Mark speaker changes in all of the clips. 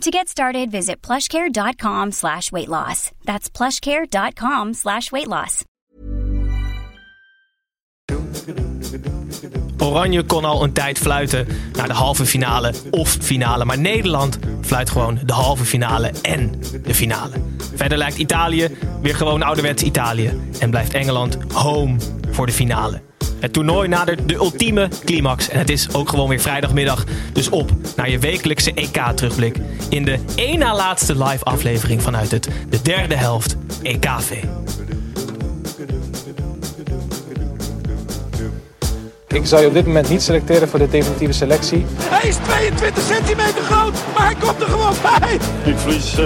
Speaker 1: To get started, visit plushcare.com slash weight loss. That's plushcare.com slash weight loss.
Speaker 2: Oranje kon al een tijd fluiten naar de halve finale of finale. Maar Nederland fluit gewoon de halve finale en de finale. Verder lijkt Italië weer gewoon ouderwets Italië. En blijft Engeland home voor de finale. Het toernooi nadert de ultieme climax. En het is ook gewoon weer vrijdagmiddag. Dus op naar je wekelijkse EK-terugblik. In de één na laatste live aflevering vanuit het de derde helft E EKV.
Speaker 3: Ik zou je op dit moment niet selecteren voor de definitieve selectie.
Speaker 4: Hij is 22 centimeter groot, maar hij komt er gewoon bij.
Speaker 5: Ik verlies, eh,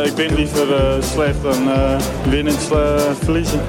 Speaker 5: eh, ik ben liever eh, slecht dan eh, winnen, sle- verliezen.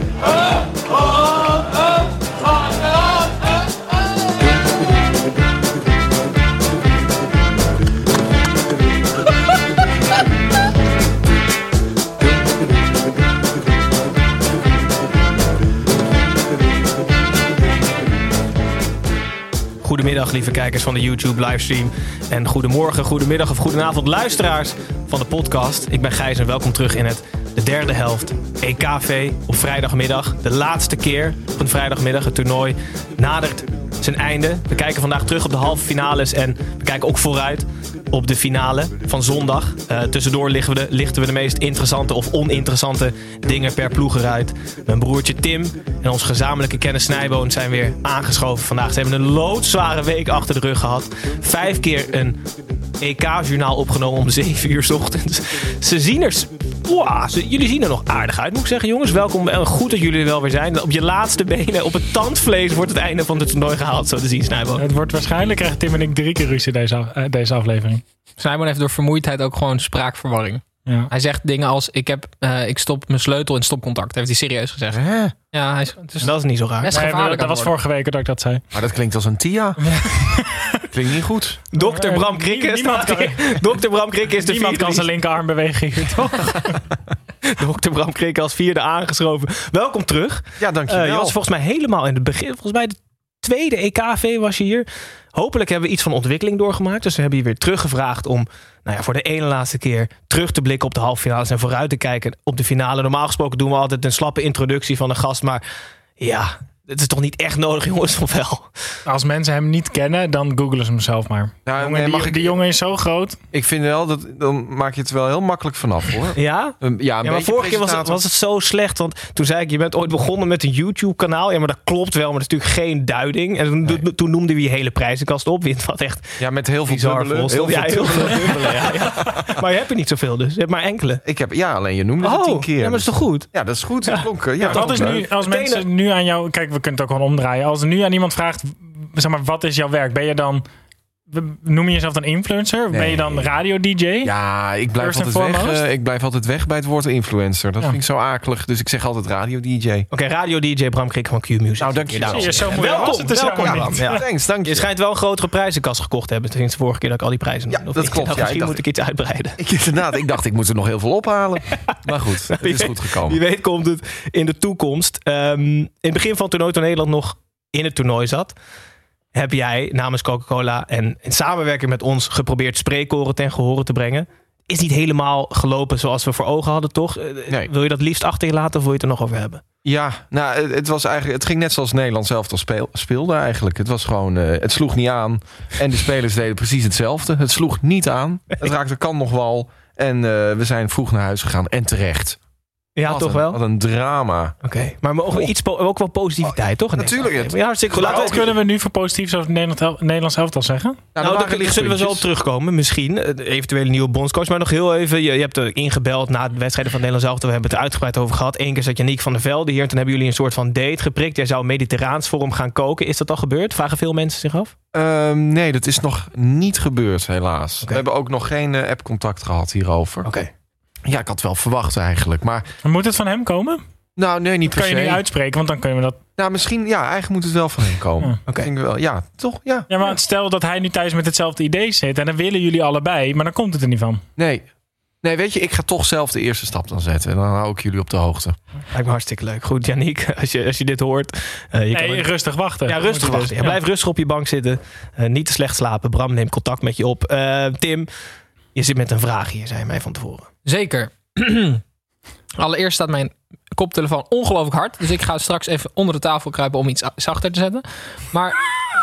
Speaker 2: Goedemiddag, lieve kijkers van de YouTube livestream. En goedemorgen, goedemiddag of goedenavond, luisteraars van de podcast. Ik ben Gijs en welkom terug in het de derde helft. EKV op vrijdagmiddag. De laatste keer op een vrijdagmiddag. Het toernooi nadert zijn einde. We kijken vandaag terug op de halve finales en we kijken ook vooruit op de finale van zondag. Eh, tussendoor lichten we, de, lichten we de meest interessante of oninteressante dingen per ploeg eruit. Mijn broertje Tim en ons gezamenlijke kennis Snijboon zijn weer aangeschoven vandaag. Ze hebben een loodzware week achter de rug gehad. Vijf keer een EK-journaal opgenomen om 7 uur 's ochtends. Ze zien er... s- Oeh, ze- jullie zien er nog aardig uit, moet ik zeggen, jongens. Welkom en goed dat jullie er wel weer zijn. Op je laatste benen, op het tandvlees, wordt het einde van het toernooi gehaald, zo te zien, Snijboon.
Speaker 6: Het wordt waarschijnlijk krijgen Tim en ik drie keer ruzie deze, af- eh, deze aflevering.
Speaker 7: Simon heeft door vermoeidheid ook gewoon spraakverwarring.
Speaker 6: Ja.
Speaker 7: Hij zegt dingen als: ik, heb, eh, ik stop mijn sleutel in stopcontact. Heeft hij serieus gezegd? Ja, hij is, het is
Speaker 2: Dat is niet zo raar.
Speaker 7: best
Speaker 6: Nee,
Speaker 7: gevaarlijk.
Speaker 6: maar dat,
Speaker 7: aan het
Speaker 6: was vorige week dat ik dat zei.
Speaker 4: Maar dat klinkt als een Tia. klinkt niet goed.
Speaker 2: Dokter Bram Krikke
Speaker 6: Niemand
Speaker 2: staat
Speaker 6: kan-
Speaker 2: hier. Dokter Bram Krikke is de
Speaker 6: Niemand
Speaker 2: vierde.
Speaker 6: kan zijn linkerarmbeweging. toch?
Speaker 2: Dokter Bram Krikke als vierde aangeschoven. Welkom terug.
Speaker 4: Ja,
Speaker 2: Eh,
Speaker 4: dankjewel.
Speaker 2: je was volgens mij helemaal in het begin. Volgens mij de tweede EKV was je hier. Hopelijk hebben we iets van ontwikkeling doorgemaakt. Dus we hebben je weer teruggevraagd om nou ja, voor de ene laatste keer terug te blikken op de halve finales en vooruit te kijken op de finale. Normaal gesproken doen we altijd een slappe introductie van een gast. Maar ja, het is toch niet echt nodig, jongens, of wel?
Speaker 6: Als mensen hem niet kennen, dan googelen ze hem zelf maar.
Speaker 4: Nou,
Speaker 6: jongen,
Speaker 4: nee,
Speaker 6: die,
Speaker 4: mag ik-
Speaker 6: die jongen is zo groot.
Speaker 4: Ik vind wel, dat, dan maak je het wel heel makkelijk vanaf hoor.
Speaker 2: Ja?
Speaker 4: Een- Ja, een
Speaker 2: Ja, maar
Speaker 4: beetje
Speaker 2: vorige keer was het,
Speaker 4: presentator.
Speaker 2: was het zo slecht. Want toen zei ik, je bent ooit begonnen met een YouTube-kanaal. Ja, maar dat klopt wel, maar dat is natuurlijk geen duiding. En toen, toen- toen noemde we je hele prijzenkast op. Wint wat echt
Speaker 4: Ja, met heel veel
Speaker 2: bizar
Speaker 4: dubbelen.
Speaker 2: volgens ja, heel
Speaker 4: dubbelen.
Speaker 2: veel dubbelen, ja, ja. Maar je hebt er niet zoveel dus. Je hebt maar enkele.
Speaker 4: Ik heb, ja, alleen je noemde het tien keer.
Speaker 2: Oh,
Speaker 4: dus-
Speaker 2: ja, maar dat is toch goed?
Speaker 4: Ja, dat is goed. Dat klonk, eh, ja,
Speaker 6: Dat
Speaker 4: klonk
Speaker 6: is
Speaker 4: leuk.
Speaker 6: Dus nu, als
Speaker 2: Het
Speaker 6: mensen nu aan jou... Kijk, we kunnen het ook gewoon omdraaien. Als er nu aan iemand vraagt, zeg maar, wat is jouw werk? Ben je dan... Noem je jezelf dan influencer? Ben je dan radio-dj?
Speaker 4: Ja, ik blijf,
Speaker 6: First and
Speaker 4: altijd weg,
Speaker 6: foremost.
Speaker 4: eh, ik blijf altijd weg bij het woord influencer. Dat
Speaker 6: Ja.
Speaker 4: vind ik zo akelig. Dus ik zeg altijd radio-dj.
Speaker 2: Oké, radio-dj Bram Krik van Q-Music.
Speaker 4: Nou, dankjewel.
Speaker 2: Daarom.
Speaker 6: Zie je, zo moeilijk was
Speaker 2: Welkom,
Speaker 6: het dus
Speaker 2: welkom.
Speaker 6: helemaal
Speaker 2: Bram.
Speaker 6: niet.
Speaker 2: Ja.
Speaker 4: Thanks, dank
Speaker 2: Je
Speaker 4: je.
Speaker 2: schijnt wel een grotere prijzenkast gekocht te hebben. Sinds de vorige keer dat ik al die prijzen
Speaker 4: Ja,
Speaker 2: noemde. Of
Speaker 4: dat
Speaker 2: ik
Speaker 4: klopt,
Speaker 2: dacht,
Speaker 4: ja, ik
Speaker 2: misschien
Speaker 4: dacht-
Speaker 2: moet ik iets uitbreiden.
Speaker 4: Ik, inderdaad, ik dacht ik moet er nog heel veel ophalen. Maar goed, het is goed
Speaker 2: Wie
Speaker 4: gekomen.
Speaker 2: weet komt het in de toekomst. Ehm, in het begin van het toernooi, toen Nederland nog in het toernooi zat, heb jij namens Coca-Cola en in samenwerking met ons geprobeerd spreekoren ten gehore te brengen. Is niet helemaal gelopen zoals we voor ogen hadden, toch? Eh,
Speaker 4: Nee.
Speaker 2: Wil je dat liefst achter je laten of wil je het er nog over hebben?
Speaker 4: Ja, nou, het- het, was eigenlijk, het ging net zoals Nederland zelf al speel, speelde eigenlijk. Het was gewoon, eh, het sloeg niet aan. En de spelers deden precies hetzelfde. Het sloeg niet aan. Het raakte kan nog wel. En eh, we zijn vroeg naar huis gegaan. En terecht.
Speaker 2: Ja,
Speaker 4: Wat
Speaker 2: toch
Speaker 4: een-
Speaker 2: wel? Nou,
Speaker 4: Wat een drama. Nou,
Speaker 2: Oké. Maar mogen we Oh. iets po- ook wel positiviteit, toch?
Speaker 4: natuurlijk.
Speaker 2: Oké, maar Ja, hartstikke goed. Laten
Speaker 6: Wat
Speaker 2: we
Speaker 6: kunnen we nu voor positiefs over Nederland el- Nederlands elftal zeggen?
Speaker 4: er
Speaker 2: Nou,
Speaker 4: waren dus
Speaker 2: daar zullen we zo op
Speaker 4: lichtpuntjes.
Speaker 2: terugkomen. Misschien eh, de eventuele nieuwe bondscoach. Maar nog heel even. Je, je hebt er ingebeld na de wedstrijden van Nederland zelf. We hebben het er uitgebreid over gehad. Eén keer zat Janiek van der Velde hier. En toen hebben jullie een soort van date geprikt. Jij zou mediterraans voor hem gaan koken. Is dat al gebeurd? Vragen veel mensen zich af.
Speaker 4: Ehm, nee, dat is nog niet gebeurd, helaas.
Speaker 2: Oké.
Speaker 4: We hebben ook nog geen eh, app-contact gehad hierover.
Speaker 2: Oké.
Speaker 4: Ja, ik had wel verwacht eigenlijk. Maar
Speaker 6: Moet het van hem komen?
Speaker 4: Nou, nee, niet per
Speaker 6: Kan je nu
Speaker 4: se.
Speaker 6: uitspreken, want dan kunnen we dat...
Speaker 4: Nou, misschien, ja, eigenlijk moet het wel van hem komen.
Speaker 2: Hmm,
Speaker 6: Ja.
Speaker 4: Ja, wel. ja toch? Ja.
Speaker 6: Ja, maar stel dat hij nu thuis met hetzelfde idee zit en dan willen jullie allebei, maar dan komt het er niet van.
Speaker 4: Nee. Nee, weet je, ik ga toch zelf de eerste stap dan zetten. En dan hou ik jullie op de hoogte.
Speaker 2: Lijkt me hartstikke leuk. Goed, Yannick, als je, als je dit hoort. eh, je kan
Speaker 6: Nee,
Speaker 2: het-
Speaker 6: rustig wachten.
Speaker 2: ja, rustig
Speaker 6: Moet je
Speaker 2: wachten. Ja,
Speaker 6: dus.
Speaker 2: blijf rustig op je bank zitten. Eh, niet te slecht slapen. Bram neemt contact met je op. Eh, Tim, je zit met een vraag hier, zei hij mij van tevoren.
Speaker 7: Zeker. Allereerst staat mijn koptelefoon ongelooflijk hard. Dus ik ga straks even onder de tafel kruipen om iets a- zachter te zetten. Maar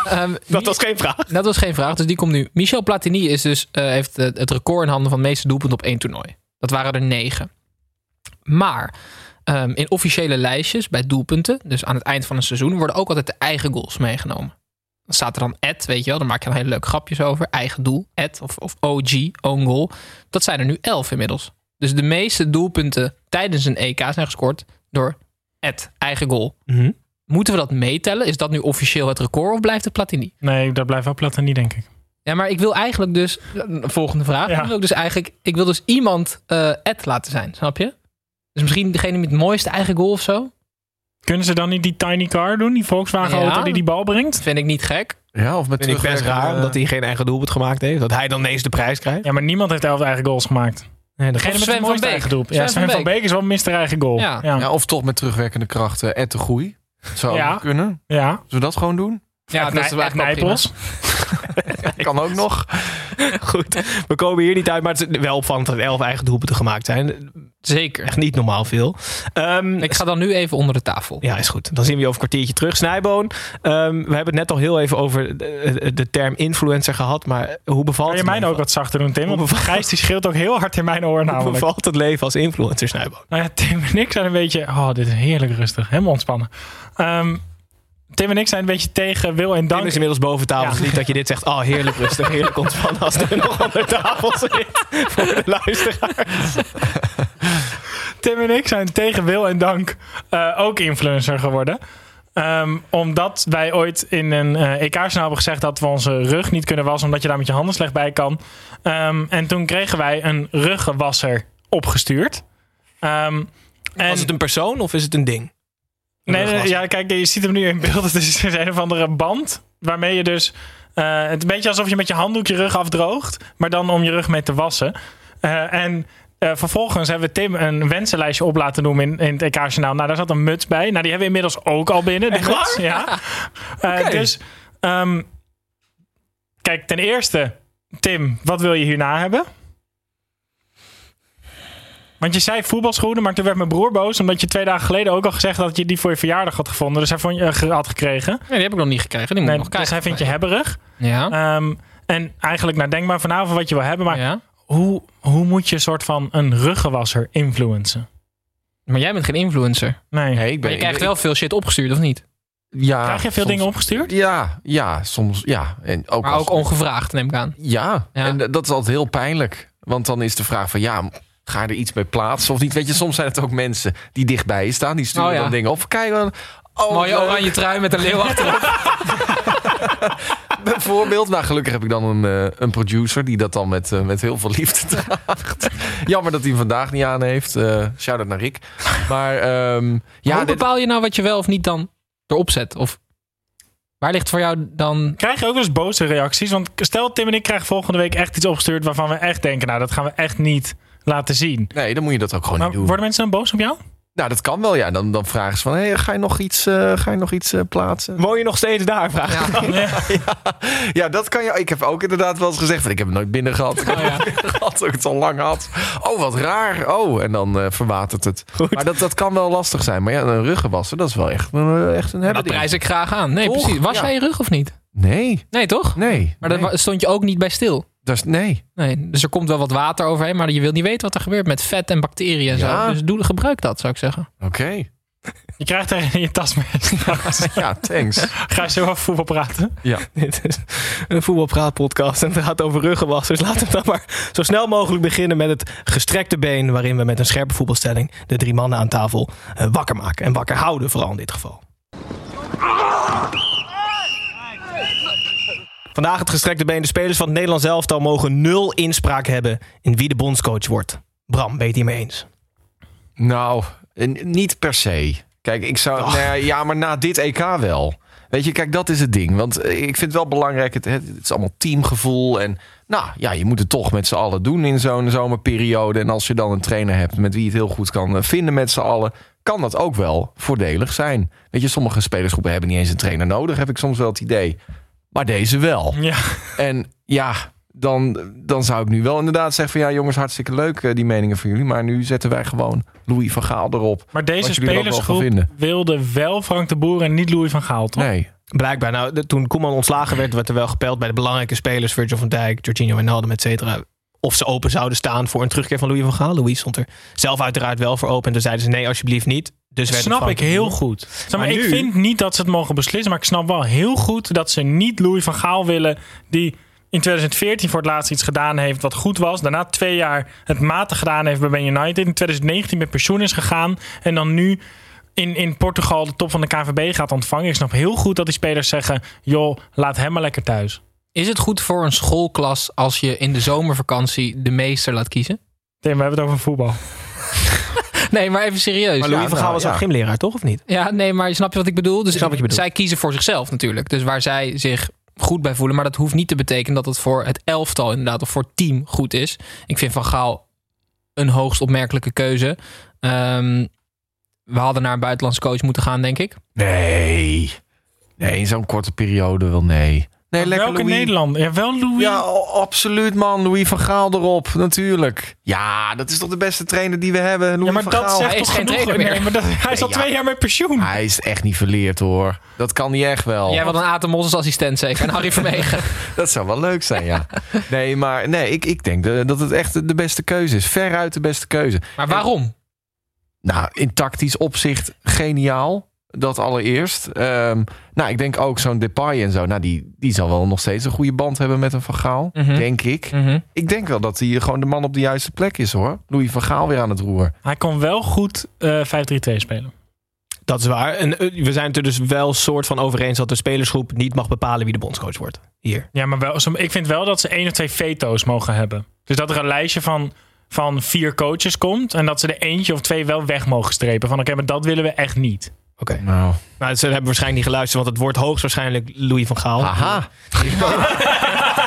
Speaker 7: ehm,
Speaker 2: Dat was geen vraag.
Speaker 7: dat was geen vraag, dus die komt nu. Michel Platini is dus, eh, heeft eh, het record in handen van de meeste doelpunten op één toernooi. Dat waren er negen. Maar ehm, in officiële lijstjes bij doelpunten, dus aan het eind van een seizoen, worden ook altijd de eigen goals meegenomen. Dan staat er dan at, weet je wel, daar maak je dan hele leuke grapjes over. Eigen doel, at of, of OG, own goal. Dat zijn er nu elf inmiddels. Dus de meeste doelpunten tijdens een EK zijn gescoord door at, eigen goal.
Speaker 2: Mhm.
Speaker 7: Moeten we dat meetellen? Is dat nu officieel het record of blijft het Platini?
Speaker 6: Nee, dat blijft wel Platini, denk ik.
Speaker 7: Ja, maar ik wil eigenlijk dus. Volgende vraag.
Speaker 6: Ja.
Speaker 7: Ik wil ook dus eigenlijk. Ik wil dus iemand eh ad laten zijn, snap je? Dus misschien degene met het mooiste eigen goal of zo.
Speaker 6: Kunnen ze dan niet die tiny car doen, die Volkswagen
Speaker 7: Ja.
Speaker 6: auto die die bal brengt?
Speaker 7: Dat vind ik niet gek.
Speaker 4: Ja, of met
Speaker 2: Vind ik best
Speaker 4: terugwerkende-
Speaker 2: raar
Speaker 6: eh,
Speaker 2: dat hij geen eigen doelpunt gemaakt heeft. Dat hij dan ineens de prijs krijgt.
Speaker 6: Ja, maar niemand heeft elf eigen goals gemaakt.
Speaker 2: Nee, dat
Speaker 7: Geen-
Speaker 6: Degene met
Speaker 7: Sven
Speaker 6: het
Speaker 7: van
Speaker 6: mooiste
Speaker 7: Beek.
Speaker 6: eigen doelpunt.
Speaker 7: Sven
Speaker 6: Ja, Sven
Speaker 7: van
Speaker 6: van Beek is wel Mr. Eigen Goal.
Speaker 7: Ja.
Speaker 6: ja.
Speaker 4: Ja, of toch met terugwerkende krachten en te groei. Dat zou
Speaker 6: Ja.
Speaker 4: ook kunnen. Zullen
Speaker 6: ja.
Speaker 4: we dat gewoon doen?
Speaker 7: Ja,
Speaker 6: Ed Nij- Ed Nijpels.
Speaker 4: Kan ook nog.
Speaker 2: Goed, we komen hier niet uit. Maar het is wel opvallend dat elf eigen doelpunten gemaakt zijn.
Speaker 7: Zeker.
Speaker 2: Echt niet normaal veel. Ehm,
Speaker 7: Ik ga dan nu even onder de tafel.
Speaker 2: Ja, is goed. Dan zien we je over een kwartiertje terug. Snijboon, ehm, we hebben het net al heel even over de, de term influencer gehad. Maar hoe bevalt
Speaker 6: Kan je
Speaker 2: het
Speaker 6: mij nou
Speaker 2: leven?
Speaker 6: ook wat zachter doen, Tim? Want
Speaker 2: Onbevangen.
Speaker 6: Gijs die scheelt ook heel hard in mijn oor
Speaker 2: Hoe
Speaker 6: namelijk.
Speaker 2: bevalt het leven als influencer, Snijboon?
Speaker 6: Nou ja, Tim en ik zijn een beetje... Oh, dit is heerlijk rustig. Helemaal ontspannen. Ehm, Tim en ik zijn een beetje tegen wil en
Speaker 2: Dan
Speaker 6: dank.
Speaker 2: is inmiddels boven tafel.
Speaker 6: Ja.
Speaker 2: Dus niet dat je dit zegt. Oh, heerlijk rustig. Heerlijk ontspannen als er nog onder tafel zit. Voor de luisteraar.
Speaker 6: Tim en ik zijn tegen wil en dank eh, ook influencer geworden. Ehm, omdat wij ooit in een eh EK-journaal hebben gezegd dat we onze rug niet kunnen wassen. Omdat je daar met je handen slecht bij kan. Ehm, en toen kregen wij een ruggenwasser opgestuurd. Ehm, en-
Speaker 2: Is het een persoon of is het een ding?
Speaker 6: Nee, nee,
Speaker 2: Rugwas.
Speaker 6: ja, kijk, je ziet hem nu in beeld. Het is een of andere band waarmee je dus... eh, het is een beetje alsof je met je handdoek je rug afdroogt, maar dan om je rug mee te wassen. Eh, en eh, vervolgens hebben we Tim een wensenlijstje op laten doen in, in het EK-journaal. Nou, daar zat een muts bij. Nou, die hebben we inmiddels ook al binnen. die
Speaker 2: Echt waar?
Speaker 6: muts, Ja. Eh, Dus, ehm, kijk, ten eerste, Tim, wat wil je hierna hebben? Want je zei voetbalschoenen, maar toen werd mijn broer boos. Omdat je twee dagen geleden ook al gezegd had dat je die voor je verjaardag had gevonden. Dus hij vond je, eh, ge- had gekregen.
Speaker 7: Nee, die heb ik nog niet gekregen. Die moet
Speaker 6: Nee,
Speaker 7: ik Hmm, nog
Speaker 6: dus
Speaker 7: krijgen.
Speaker 6: hij vindt je hebberig.
Speaker 7: Ja.
Speaker 6: Ehm, en eigenlijk, nou denk maar vanavond wat je wil hebben. Maar
Speaker 7: ja.
Speaker 6: hoe, hoe moet je een soort van een ruggenwasser influencen?
Speaker 7: Maar jij bent geen influencer.
Speaker 6: Nee.
Speaker 4: Nee, ik
Speaker 7: Maar
Speaker 4: ben,
Speaker 7: je krijgt
Speaker 4: ik-
Speaker 7: wel veel shit opgestuurd, of niet?
Speaker 4: Ja,
Speaker 6: Krijg je veel
Speaker 4: soms-
Speaker 6: dingen opgestuurd?
Speaker 4: Ja, ja, soms. Ja. En ook
Speaker 7: Maar
Speaker 4: als-
Speaker 7: ook ongevraagd, neem ik aan.
Speaker 4: Ja,
Speaker 7: Ja.
Speaker 4: en d- dat is altijd heel pijnlijk. Want dan is de vraag van ja, ga je er iets mee plaatsen of niet? Weet je, soms zijn het ook mensen die dichtbij je staan. Die sturen
Speaker 7: Oh ja.
Speaker 4: dan dingen op. Kijk dan. Oh,
Speaker 7: Mooie
Speaker 4: leuk,
Speaker 7: oranje trui met een leeuw achterop.
Speaker 4: bijvoorbeeld. Nou, gelukkig heb ik dan een, eh, een producer die dat dan met, eh, met heel veel liefde draagt. Jammer dat hij hem vandaag niet aan heeft. Eh Shout-out naar Rick. Maar ehm,
Speaker 7: Ja, hoe
Speaker 4: dit-
Speaker 7: bepaal je nou wat je wel of niet dan erop zet? Of waar ligt voor jou dan...
Speaker 6: Krijg je ook wel eens boze reacties? Want stel, Tim en ik krijgen volgende week echt iets opgestuurd waarvan we echt denken, nou dat gaan we echt niet laten zien.
Speaker 4: nee, dan moet je dat ook gewoon
Speaker 6: Maar
Speaker 4: Oh, niet doen.
Speaker 6: worden mensen dan boos op jou?
Speaker 4: Nou, dat kan wel, ja. Dan, dan vragen ze van, hey, ga je nog iets, eh, ga je nog iets eh, plaatsen?
Speaker 2: Woon je nog steeds daar? Vraag.
Speaker 7: Ja.
Speaker 4: Ja, dat kan je. Ik heb ook inderdaad wel eens gezegd van ik heb het nooit binnen gehad. Ik heb
Speaker 7: Oh ja.
Speaker 4: het binnen gehad, dat ik het al lang had. Oh, wat raar. Oh, en dan eh, verwatert het. Maar dat, dat kan wel lastig zijn. Maar ja, een ruggenwassen, dat is wel echt, een- eh, echt een
Speaker 7: Dat
Speaker 4: hebben.
Speaker 7: prijs ik graag aan. Nee,
Speaker 4: Toch?
Speaker 7: precies. Was
Speaker 4: Ja.
Speaker 7: jij je rug of niet?
Speaker 4: Nee,
Speaker 7: Nee, toch?
Speaker 4: nee.
Speaker 7: Maar daar
Speaker 4: nee.
Speaker 7: wa- stond je ook niet bij stil.
Speaker 4: Dat is- nee.
Speaker 7: Nee, dus er komt wel wat water overheen, maar je wilt niet weten wat er gebeurt met vet en bacteriën. En
Speaker 4: Ja.
Speaker 7: zo. Dus doe, gebruik dat, zou ik zeggen.
Speaker 4: Oké.
Speaker 6: Je krijgt er in je tas mee. straks.
Speaker 4: Ja, thanks.
Speaker 6: Ga je zo over voetbal praten?
Speaker 2: Dit is een voetbalpraatpodcast en het gaat over ruggenwassers. Dus Laten we dan maar zo snel mogelijk beginnen met het gestrekte been... waarin we met een scherpe voetbalstelling de drie mannen aan tafel eh, wakker maken. En wakker houden vooral in dit geval. Vandaag het gestrekte been. De spelers van het Nederlands elftal mogen nul inspraak hebben... in wie de bondscoach wordt. Bram, ben je het hiermee eens?
Speaker 4: Nou, En niet per se. Kijk, ik zou. nou ja, ja, maar na dit EK wel. Weet je, kijk, dat is het ding. Want eh, ik vind het wel belangrijk. Het, het is allemaal teamgevoel. En nou ja, je moet het toch met z'n allen doen in zo'n zomerperiode. En als je dan een trainer hebt met wie je het heel goed kan eh, vinden met z'n allen. Kan dat ook wel voordelig zijn. Weet je, sommige spelersgroepen hebben niet eens een trainer nodig. Heb ik soms wel het idee. Maar deze wel.
Speaker 6: Ja.
Speaker 4: En ja, dan, dan zou ik nu wel inderdaad zeggen van... ja jongens, hartstikke leuk eh, die meningen van jullie... maar nu zetten wij gewoon Louis van Gaal erop.
Speaker 6: Maar deze
Speaker 4: Wat jullie er ook wel van
Speaker 6: spelersgroep
Speaker 4: vinden.
Speaker 6: wilde wel Frank de Boer en niet Louis van Gaal, toch?
Speaker 4: Nee,
Speaker 2: Blijkbaar. Nou, de- toen Koeman ontslagen werd, werd er wel gepeld bij de belangrijke spelers. Virgil van Dijk, Jorginho Wijnaldum, et cetera. Of ze open zouden staan voor een terugkeer van Louis van Gaal. Louis stond er zelf uiteraard wel voor open. En toen zeiden ze nee, alsjeblieft niet. Dus
Speaker 6: Dat
Speaker 2: werd
Speaker 6: snap
Speaker 2: Frank
Speaker 6: ik
Speaker 2: de Boer.
Speaker 6: heel goed. Zeg maar,
Speaker 2: Maar
Speaker 6: ik
Speaker 2: nu-
Speaker 6: vind niet dat ze het mogen beslissen, maar ik snap wel heel goed dat ze niet Louis van Gaal willen, die in 2014 voor het laatst iets gedaan heeft wat goed was. Daarna twee jaar het matig gedaan heeft bij Man United. In 2019 met pensioen is gegaan en dan nu in, in Portugal de top van de KVB gaat ontvangen. Ik snap heel goed dat die spelers zeggen, joh, laat hem maar lekker thuis.
Speaker 7: Is het goed voor een schoolklas als je in de zomervakantie de meester laat kiezen?
Speaker 6: Tim, we hebben het over voetbal.
Speaker 7: Nee, maar even serieus.
Speaker 2: Maar Louis
Speaker 4: Ja,
Speaker 2: van Gaal
Speaker 4: nou,
Speaker 2: was
Speaker 4: ja.
Speaker 2: ook gymleraar, toch? Of niet?
Speaker 7: Ja, nee, maar snap je wat ik bedoel? Dus
Speaker 2: Ik snap wat je bedoelt.
Speaker 7: zij kiezen voor zichzelf natuurlijk. Dus waar zij zich goed bij voelen. Maar dat hoeft niet te betekenen dat het voor het elftal inderdaad of voor het team goed is. Ik vind Van Gaal een hoogst opmerkelijke keuze. Ehm, we hadden naar een buitenlandse coach moeten gaan, denk ik.
Speaker 4: nee. Nee, in zo'n korte periode wel nee. Nee, lekker
Speaker 6: Welke
Speaker 4: Louis.
Speaker 6: Nederlander? Ja, wel Louis.
Speaker 4: Ja, o- absoluut man. Louis van Gaal erop, natuurlijk. Ja, dat is toch de beste trainer die we hebben, Louis
Speaker 6: Ja, maar
Speaker 4: van
Speaker 6: dat
Speaker 4: Gaal.
Speaker 6: zegt
Speaker 7: Hij is
Speaker 6: toch
Speaker 7: geen
Speaker 6: genoeg?
Speaker 7: trainer meer.
Speaker 6: Nee, maar dat- hij is al
Speaker 4: Ja.
Speaker 6: twee jaar met pensioen.
Speaker 4: Hij is echt niet verleerd hoor. Dat kan niet echt
Speaker 2: Oh.
Speaker 4: wel.
Speaker 7: Jij wat een Atemos als assistent zeker. En Harry Vermegen.
Speaker 4: Dat zou wel leuk zijn, ja. Nee, maar nee, ik, ik denk eh, dat het echt de beste keuze is. Veruit de beste keuze.
Speaker 7: Maar waarom?
Speaker 4: Nou, in tactisch opzicht geniaal. Dat allereerst. Ehm, nou, ik denk ook zo'n Depay en zo. Nou, die, die zal wel nog steeds een goede band hebben met een Van Gaal.
Speaker 7: Mhm.
Speaker 4: Denk ik. Ik denk wel dat hij gewoon de man op de juiste plek is hoor. Louis van Gaal weer aan het roer.
Speaker 6: Hij kon wel goed eh 5-3-2 spelen.
Speaker 2: Dat is waar. En eh, we zijn het er dus wel soort van over eens dat de spelersgroep niet mag bepalen wie de bondscoach wordt. Hier.
Speaker 6: Ja, maar wel, som- ik vind wel dat ze één of twee veto's mogen hebben. Dus dat er een lijstje van, van vier coaches komt. En dat ze er eentje of twee wel weg mogen strepen. Van oké, maar dat willen we echt niet.
Speaker 2: Oké.
Speaker 4: Nou,
Speaker 2: Maar ze hebben waarschijnlijk niet geluisterd, want het wordt hoogstwaarschijnlijk Louis van Gaal.
Speaker 4: aha.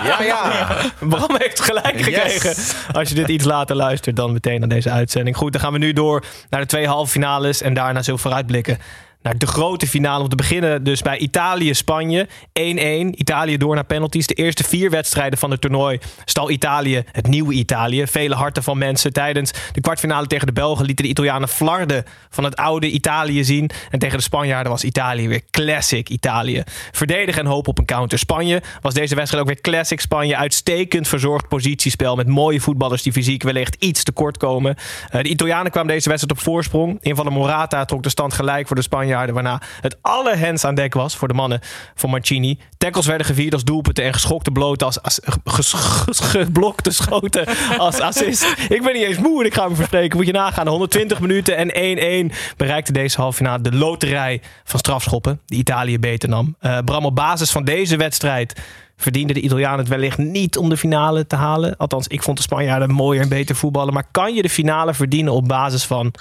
Speaker 4: ja, ja.
Speaker 2: Bram heeft gelijk gekregen. Als je dit iets later luistert, dan meteen naar deze uitzending. Goed, dan gaan we nu door naar de twee halve finales. En daarna zullen we vooruitblikken naar de grote finale. Om te beginnen dus bij Italië-Spanje. 1-1. Italië door naar penalties. De eerste vier wedstrijden van het toernooi stal Italië het nieuwe Italië. Vele harten van mensen. Tijdens de kwartfinale tegen de Belgen lieten de Italianen flarden van het oude Italië zien. En tegen de Spanjaarden was Italië weer classic Italië. Verdedigen en hoop op een counter. Spanje was deze wedstrijd ook weer classic Spanje. Uitstekend verzorgd positiespel met mooie voetballers die fysiek wellicht iets te kort komen. Eh, de Italianen kwamen deze wedstrijd op voorsprong. In van de Morata trok de stand gelijk voor de Spanjaarden. Waarna het alle hands aan dek was voor de mannen van Mancini. Tackles werden gevierd als doelpunten en geschokte bloten als, als ges- ges- geblokte schoten als assist. Ik ben niet eens moe en ik ga me verspreken. Moet je nagaan. 120 minuten en 1-1 bereikte deze halve finale de loterij van strafschoppen. Die Italië beter nam. Eh, Bram, op basis van deze wedstrijd verdienden de Italianen het wellicht niet om de finale te halen. Althans, ik vond de Spanjaarden mooier en beter voetballen. Maar kan je de finale verdienen op basis van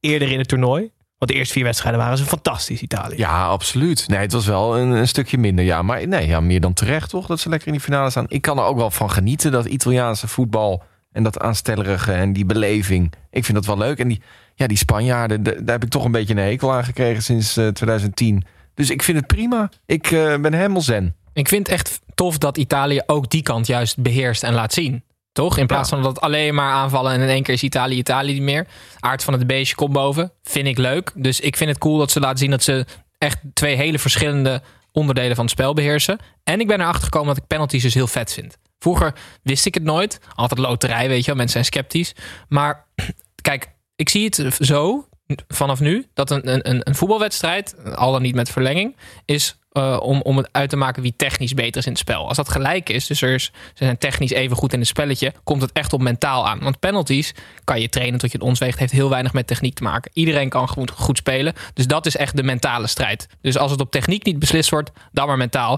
Speaker 2: eerder in het toernooi? Want de eerste vier wedstrijden waren ze fantastisch, Italië.
Speaker 4: Ja, absoluut. Nee, het was wel een, een stukje minder. Ja, maar nee, ja, meer dan terecht toch dat ze lekker in die finale staan. Ik kan er ook wel van genieten dat Italiaanse voetbal en dat aanstellerige en die beleving. Ik vind dat wel leuk. En die, ja, die Spanjaarden, da- daar heb ik toch een beetje een hekel aan gekregen sinds eh, 2010. Dus ik vind het prima. Ik eh, ben helemaal zen.
Speaker 7: Ik vind het echt tof dat Italië ook die kant juist beheerst en laat zien. Toch? In plaats van dat het alleen maar aanvallen en in één keer is Italië Italië niet meer. Aard van het beestje komt boven. Vind ik leuk. Dus ik vind het cool dat ze laten zien dat ze echt twee hele verschillende onderdelen van het spel beheersen. En ik ben erachter gekomen dat ik penalties dus heel vet vind. Vroeger wist ik het nooit. Altijd loterij, weet je wel. Mensen zijn sceptisch. Maar kijk, ik zie het zo vanaf nu dat een, een- een, een voetbalwedstrijd, al dan niet met verlenging, is eh, om, om het uit te maken wie technisch beter is in het spel. Als dat gelijk is, dus er is, ze zijn technisch even goed in het spelletje, komt het echt op mentaal aan. Want penalties kan je trainen tot je het ons weegt, heeft heel weinig met techniek te maken. Iedereen kan goed, goed spelen. Dus dat is echt de mentale strijd. Dus als het op techniek niet beslist wordt, dan maar mentaal.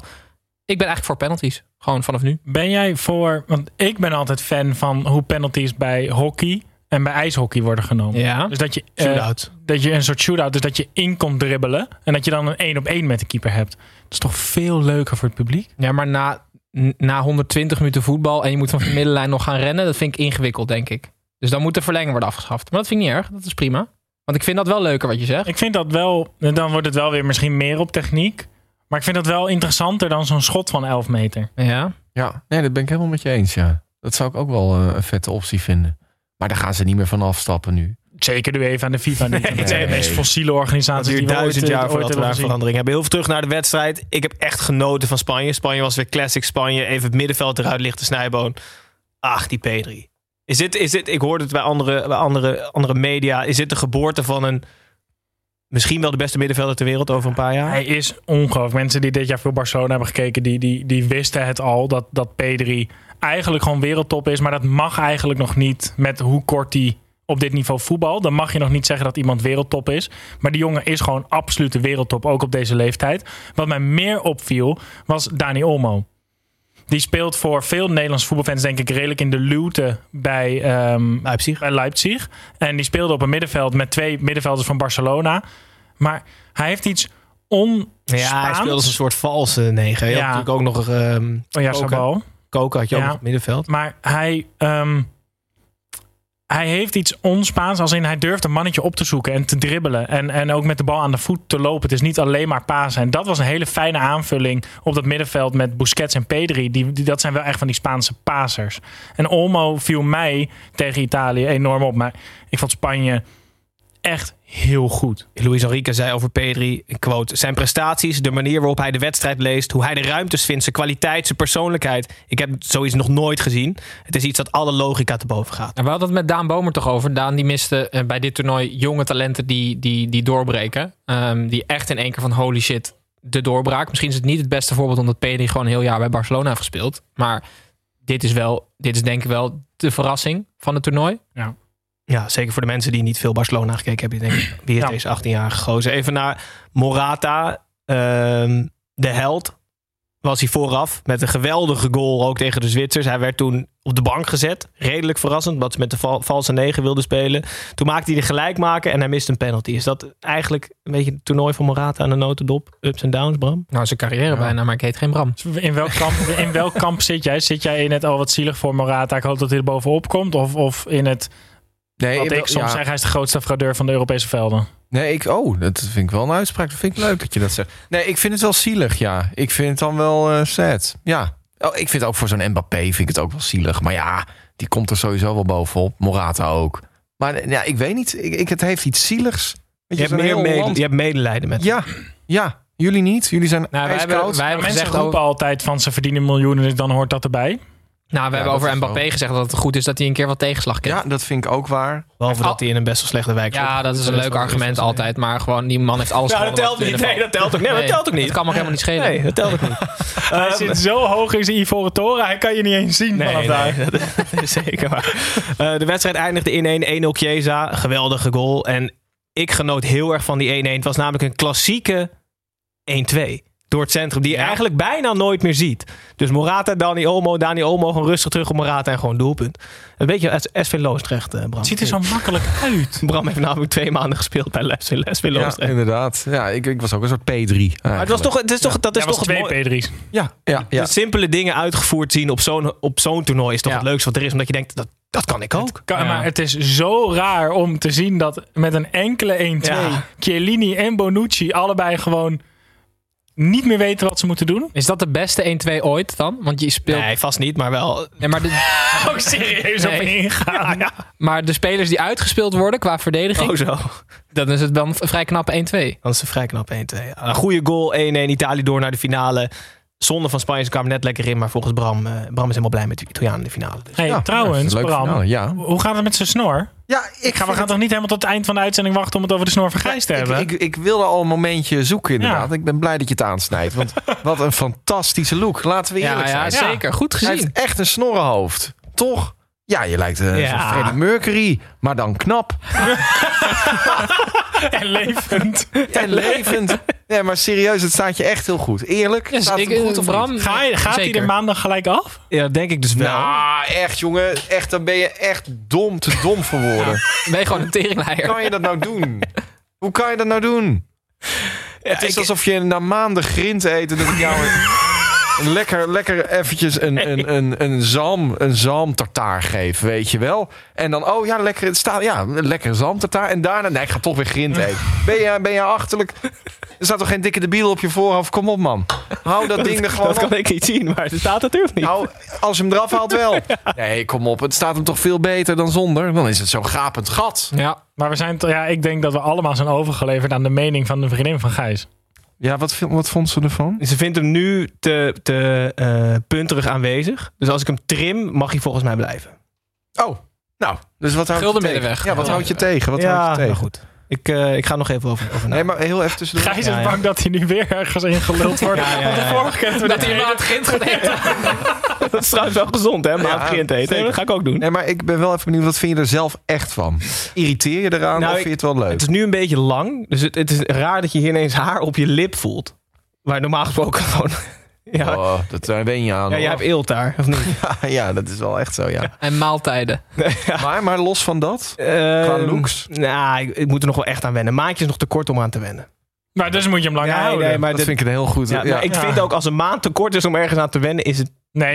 Speaker 7: Ik ben eigenlijk voor penalties. Gewoon vanaf nu.
Speaker 6: Ben jij voor... Want ik ben altijd fan van hoe penalties bij hockey... en bij ijshockey worden genomen.
Speaker 7: Ja.
Speaker 6: Dus dat je, eh,
Speaker 2: Shootout.
Speaker 6: dat je een soort shootout, dus dat je in komt dribbelen. En dat je dan een één op één met de keeper hebt. Dat is toch veel leuker voor het publiek?
Speaker 7: Ja, maar na, n- na 120 minuten voetbal en je moet van de middenlijn nog gaan rennen, dat vind ik ingewikkeld, denk ik. Dus dan moet de verlenging worden afgeschaft. Maar dat vind ik niet erg, dat is prima. Want ik vind dat wel leuker wat je zegt.
Speaker 6: Ik vind dat wel, dan wordt het wel weer misschien meer op techniek. Maar ik vind dat wel interessanter dan zo'n schot van 11 meter.
Speaker 7: Ja.
Speaker 4: Ja, nee, dat ben ik helemaal met je eens, ja. Dat zou ik ook wel eh, een vette optie vinden. Maar daar gaan ze niet meer van afstappen nu.
Speaker 6: Zeker de even aan de FIFA niet. Het zijn de meest fossiele
Speaker 2: Het
Speaker 6: organisatie die
Speaker 2: duurt
Speaker 6: we ooit, eh,
Speaker 2: duizend jaar
Speaker 6: ooit
Speaker 2: voordat we
Speaker 6: hebben
Speaker 2: daar
Speaker 6: gezien.
Speaker 2: verandering hebben. Heel veel terug naar de wedstrijd. Ik heb echt genoten van Spanje. Spanje was weer classic Spanje. Even het middenveld eruit lichte snijboon. Ach, die Pedri. Is dit, is dit, ik hoorde het bij, andere, bij andere, andere media. Is dit de geboorte van een misschien wel de beste middenvelder ter wereld over een paar jaar?
Speaker 6: Hij is ongelooflijk. Mensen die dit jaar voor Barcelona hebben gekeken, die, die, die wisten het al. Dat, dat P3 eigenlijk gewoon wereldtop is. Maar dat mag eigenlijk nog niet met hoe kort hij op dit niveau voetbal. Dan mag je nog niet zeggen dat iemand wereldtop is. Maar die jongen is gewoon absolute wereldtop, ook op deze leeftijd. Wat mij meer opviel, was Dani Olmo. Die speelt voor veel Nederlandse voetbalfans, denk ik, redelijk in de luwte bij, ehm,
Speaker 2: Leipzig.
Speaker 6: bij Leipzig. En die speelde op een middenveld met twee middenvelders van Barcelona. Maar hij heeft iets on.
Speaker 2: Ja, hij speelde als een soort valse negen. Hij
Speaker 6: Ja.
Speaker 2: had natuurlijk ook nog... ehm
Speaker 6: Oh ja,
Speaker 2: Koken.
Speaker 6: Sabal.
Speaker 2: Koken had je ook
Speaker 6: Ja.
Speaker 2: nog op het middenveld.
Speaker 6: Maar hij, ehm, hij heeft iets onspaans. Als in hij durft een mannetje op te zoeken en te dribbelen. En, en ook met de bal aan de voet te lopen. Het is niet alleen maar pasen. En dat was een hele fijne aanvulling op dat middenveld met Busquets en Pedri. Die, die, dat zijn wel echt van die Spaanse pasers. En Olmo viel mij tegen Italië enorm op. Maar ik vond Spanje echt heel goed.
Speaker 2: Luis Enrique zei over Pedri, ik quote, zijn prestaties, de manier waarop hij de wedstrijd leest, hoe hij de ruimtes vindt, zijn kwaliteit, zijn persoonlijkheid. Ik heb zoiets nog nooit gezien. Het is iets dat alle logica te boven gaat.
Speaker 7: En we hadden het met Daan Bomer toch over. Daan die miste eh, bij dit toernooi jonge talenten die, die, die doorbreken. Ehm, die echt in één keer van holy shit de doorbraak. Misschien is het niet het beste voorbeeld omdat Pedri gewoon een heel jaar bij Barcelona heeft gespeeld. Maar dit is wel, dit is denk ik wel de verrassing van het toernooi.
Speaker 2: Ja, zeker voor de mensen die niet veel Barcelona gekeken hebben. Denk ik, wie heeft
Speaker 6: Ja.
Speaker 2: deze 18-jarige gozer? Even naar Morata, ehm, de held. Was hij vooraf met een geweldige goal ook tegen de Zwitsers. Hij werd toen op de bank gezet. Redelijk verrassend, omdat ze met de val- valse negen wilden spelen. Toen maakte hij de gelijk maken en hij miste een penalty. Is dat eigenlijk een beetje het toernooi van Morata aan de notendop? Ups en downs, Bram?
Speaker 7: Nou, zijn carrière bijna, maar ik heet geen Bram.
Speaker 6: Dus In welk kamp, in welk kamp zit jij? Zit jij in het al wat zielig voor Morata? Ik hoop dat hij er bovenop komt. Of, of in het
Speaker 4: Nee,
Speaker 6: wat
Speaker 4: wel-
Speaker 6: ik soms
Speaker 4: ja.
Speaker 6: zeg, hij is de grootste fraudeur van de Europese velden.
Speaker 4: Nee, ik, oh, dat vind ik wel een uitspraak. Dat vind ik leuk dat je dat zegt. Nee, ik vind het wel zielig, ja. Ik vind het dan wel eh, sad. Ja. Oh, ik vind ook voor zo'n Mbappé vind ik het ook wel zielig. Maar ja, die komt er sowieso wel bovenop. Morata ook. Maar eh, ja, ik weet niet. Ik, ik, het heeft iets zieligs. Weet
Speaker 2: Je hebt,
Speaker 4: zo'n
Speaker 2: meer
Speaker 4: heel
Speaker 2: mede-
Speaker 4: land-
Speaker 2: je hebt medelijden met
Speaker 4: Ja, ja. Jullie niet. Jullie zijn
Speaker 7: Nou, wij hebben,
Speaker 4: ijskoud.
Speaker 7: wij hebben
Speaker 6: Mensen
Speaker 7: gezegd
Speaker 6: roepen
Speaker 7: over,
Speaker 6: altijd van ze verdienen miljoenen, dus dan hoort dat erbij.
Speaker 7: nou, we
Speaker 4: Ja,
Speaker 7: hebben
Speaker 4: dat
Speaker 7: over
Speaker 4: is
Speaker 7: Mbappé
Speaker 4: zo.
Speaker 7: gezegd dat het goed is dat hij een keer wat tegenslag kent.
Speaker 4: Ja, dat vind ik ook waar.
Speaker 2: Behalve
Speaker 7: Oh.
Speaker 2: dat hij in een best wel slechte wijk
Speaker 7: Ja, dat is een leuk argument altijd. Maar gewoon, die man heeft alles
Speaker 2: Nou, dat
Speaker 7: gewonnen
Speaker 2: telt niet.
Speaker 7: wat er
Speaker 2: Nee,
Speaker 7: valt.
Speaker 2: dat telt ook, nee, dat telt ook niet.
Speaker 7: Dat kan me helemaal niet schelen.
Speaker 2: Nee, dat telt ook niet. Eh,
Speaker 6: hij zit zo hoog in zijn ivoren toren, hij kan je niet eens zien vanaf daar.
Speaker 2: dat, dat is zeker waar. Eh, de wedstrijd eindigde in 1-1, 1-0 Chiesa. Geweldige goal. En ik genoot heel erg van die 1-1. Het was namelijk een klassieke 1-2 door het centrum, die je eigenlijk bijna nooit meer ziet. Dus Morata, Dani Olmo, Dani Olmo, gewoon rustig terug op Morata en gewoon doelpunt. Een beetje S- SV Loosdrecht, eh, Bram.
Speaker 6: Het ziet er zo makkelijk uit.
Speaker 2: Bram heeft namelijk twee maanden gespeeld bij SV SV
Speaker 4: Ja,
Speaker 2: Loosdrecht.
Speaker 4: inderdaad. Ja, ik, ik was ook een soort P3.
Speaker 2: maar het was toch, het is toch, dat is
Speaker 6: Hij was
Speaker 2: toch het
Speaker 6: twee
Speaker 2: mooie-
Speaker 6: P3's.
Speaker 4: Ja, ja, ja.
Speaker 2: De simpele dingen uitgevoerd zien op zo'n, op zo'n toernooi is toch
Speaker 7: Ja.
Speaker 2: het leukste wat er is. Omdat je denkt, dat, dat kan ik ook.
Speaker 6: Ka-
Speaker 7: Ja.
Speaker 6: Maar het is zo raar om te zien dat met een enkele 1-2
Speaker 2: Ja.
Speaker 6: Chiellini en Bonucci allebei gewoon niet meer weten wat ze moeten doen.
Speaker 7: Is dat de beste 1-2 ooit dan? Want je speelt... Nee,
Speaker 2: Nee, vast niet, maar wel.
Speaker 7: maar, de,
Speaker 6: Ook serieus op
Speaker 7: Nee.
Speaker 6: ingaan.
Speaker 7: maar de spelers die uitgespeeld worden qua verdediging,
Speaker 2: Oh zo.
Speaker 7: dan is het wel een vrij knappe 1-2.
Speaker 2: Dan is het vrij knap 1-2. Een goede goal, 1-1. Italië door naar de finale. Zonde van Spanje, ze kwamen net lekker in. Maar volgens Bram, eh, Bram is helemaal blij met de Italianen in de finale. Dus.
Speaker 6: Hey,
Speaker 4: Ja, dat is
Speaker 6: trouwens,
Speaker 4: een leuk
Speaker 6: Bram,
Speaker 4: finale, ja.
Speaker 6: hoe gaat het met zijn snor?
Speaker 4: Ja, ik
Speaker 6: Ga, we gaan toch niet helemaal tot het eind van de uitzending wachten om het over de snor van Gijs te
Speaker 4: Ik,
Speaker 6: hebben?
Speaker 4: ik, ik wilde al een momentje zoeken, inderdaad. Ik ben blij dat je het aansnijdt. Want wat een fantastische look. Laten we
Speaker 7: Ja,
Speaker 4: eerlijk
Speaker 7: ja,
Speaker 4: zijn.
Speaker 7: zeker. Goed
Speaker 4: Hij
Speaker 7: gezien.
Speaker 4: heeft echt een snorrenhoofd. Toch? Ja, je lijkt eh
Speaker 2: Ja.
Speaker 4: zo'n Freddie Mercury, maar dan knap
Speaker 6: en levend.
Speaker 4: en levend. Nee, maar serieus, het staat je echt heel goed. Eerlijk,
Speaker 7: Ja,
Speaker 4: staat
Speaker 7: ik-
Speaker 4: het goed of
Speaker 7: Bram,
Speaker 4: niet?
Speaker 6: Ga je, gaat hij
Speaker 7: Zeker.
Speaker 6: er maandag gelijk af?
Speaker 2: Ja, denk ik dus wel.
Speaker 4: Nou, echt jongen. Echt, dan ben je echt dom te dom voor woorden.
Speaker 7: Ben je gewoon een teringleier.
Speaker 4: Hoe kan je dat nou doen? Hoe kan je dat nou doen? het is alsof je na maanden grind eten dat ik jou een, een lekker, lekker eventjes een, een, een, een zalm, een zalmtartaar geef, weet je wel? En dan, oh ja, lekker, het staat, ja, een lekkere zalmtartaar. En daarna, nee, ik ga toch weer grind eten. Ben je, ben je achterlijk? Er staat toch geen dikke debiel op je voorhoofd? Kom op, man. Hou dat ding er gewoon
Speaker 2: dat
Speaker 4: op.
Speaker 2: kan ik niet zien, maar het staat natuurlijk niet.
Speaker 4: Nou, als je hem eraf haalt wel. Nee, kom op. Het staat hem toch veel beter dan zonder? Dan is het zo'n gapend gat.
Speaker 7: Ja,
Speaker 6: Maar we zijn, to- ja, ik denk dat we allemaal zijn overgeleverd aan de mening van de vriendin van Gijs.
Speaker 4: Ja, wat, vind- wat vond ze ervan?
Speaker 2: Ze vindt hem nu te, te eh, punterig aanwezig. Dus als ik hem trim, mag hij volgens mij blijven.
Speaker 4: Oh, nou. Dus wat houdt je
Speaker 7: Gulden
Speaker 4: tegen?
Speaker 7: middenweg.
Speaker 4: Ja, wat
Speaker 7: Ja.
Speaker 4: houdt je tegen? Wat
Speaker 2: ja,
Speaker 4: houdt je tegen?
Speaker 2: nou goed. Ik, eh, ik ga nog even over, over na.
Speaker 4: Nee, maar heel even tussendoor.
Speaker 6: Gijs
Speaker 2: Ja,
Speaker 6: is
Speaker 2: ja.
Speaker 6: bang dat hij nu weer ergens ingeluld wordt.
Speaker 2: Ja, ja, ja,
Speaker 6: Want de
Speaker 2: ja.
Speaker 6: vorige keer hebben we
Speaker 7: dat
Speaker 6: dit
Speaker 7: hij een
Speaker 6: hele-
Speaker 7: maand grind gaat eten.
Speaker 2: dat is trouwens wel gezond, hè? Maar
Speaker 4: Ja,
Speaker 2: begint te eten.
Speaker 4: zeker.
Speaker 2: Dat ga ik ook doen.
Speaker 4: Nee, maar ik ben wel even benieuwd. Wat vind je er zelf echt van? Irriteer je eraan
Speaker 2: Nou,
Speaker 4: of
Speaker 2: ik-
Speaker 4: vind je het wel leuk?
Speaker 2: Het is nu een beetje lang. Dus het, het is raar dat je hier ineens haar op je lip voelt. Waar normaal gesproken gewoon... Ja,
Speaker 4: Oh, dat, daar ben je aan.
Speaker 2: ja jij
Speaker 4: hoor.
Speaker 2: hebt eelt daar, of niet?
Speaker 4: ja, dat is wel echt zo, ja.
Speaker 7: En maaltijden.
Speaker 4: Maar, maar los van dat...
Speaker 2: Qua
Speaker 4: looks?
Speaker 2: Ehm, Nou, ik, ik moet er nog wel echt aan wennen. Maandje is nog te kort om aan te wennen.
Speaker 6: Maar dus moet je hem lang
Speaker 2: Oh, Nee,
Speaker 6: houden.
Speaker 2: nee,
Speaker 6: Nee,
Speaker 2: maar
Speaker 4: dat
Speaker 2: dit-
Speaker 4: vind ik een heel goed...
Speaker 2: Ja,
Speaker 4: Ja,
Speaker 2: maar ik
Speaker 6: Ja.
Speaker 2: vind ook als een maand te kort is om ergens aan te wennen, is het...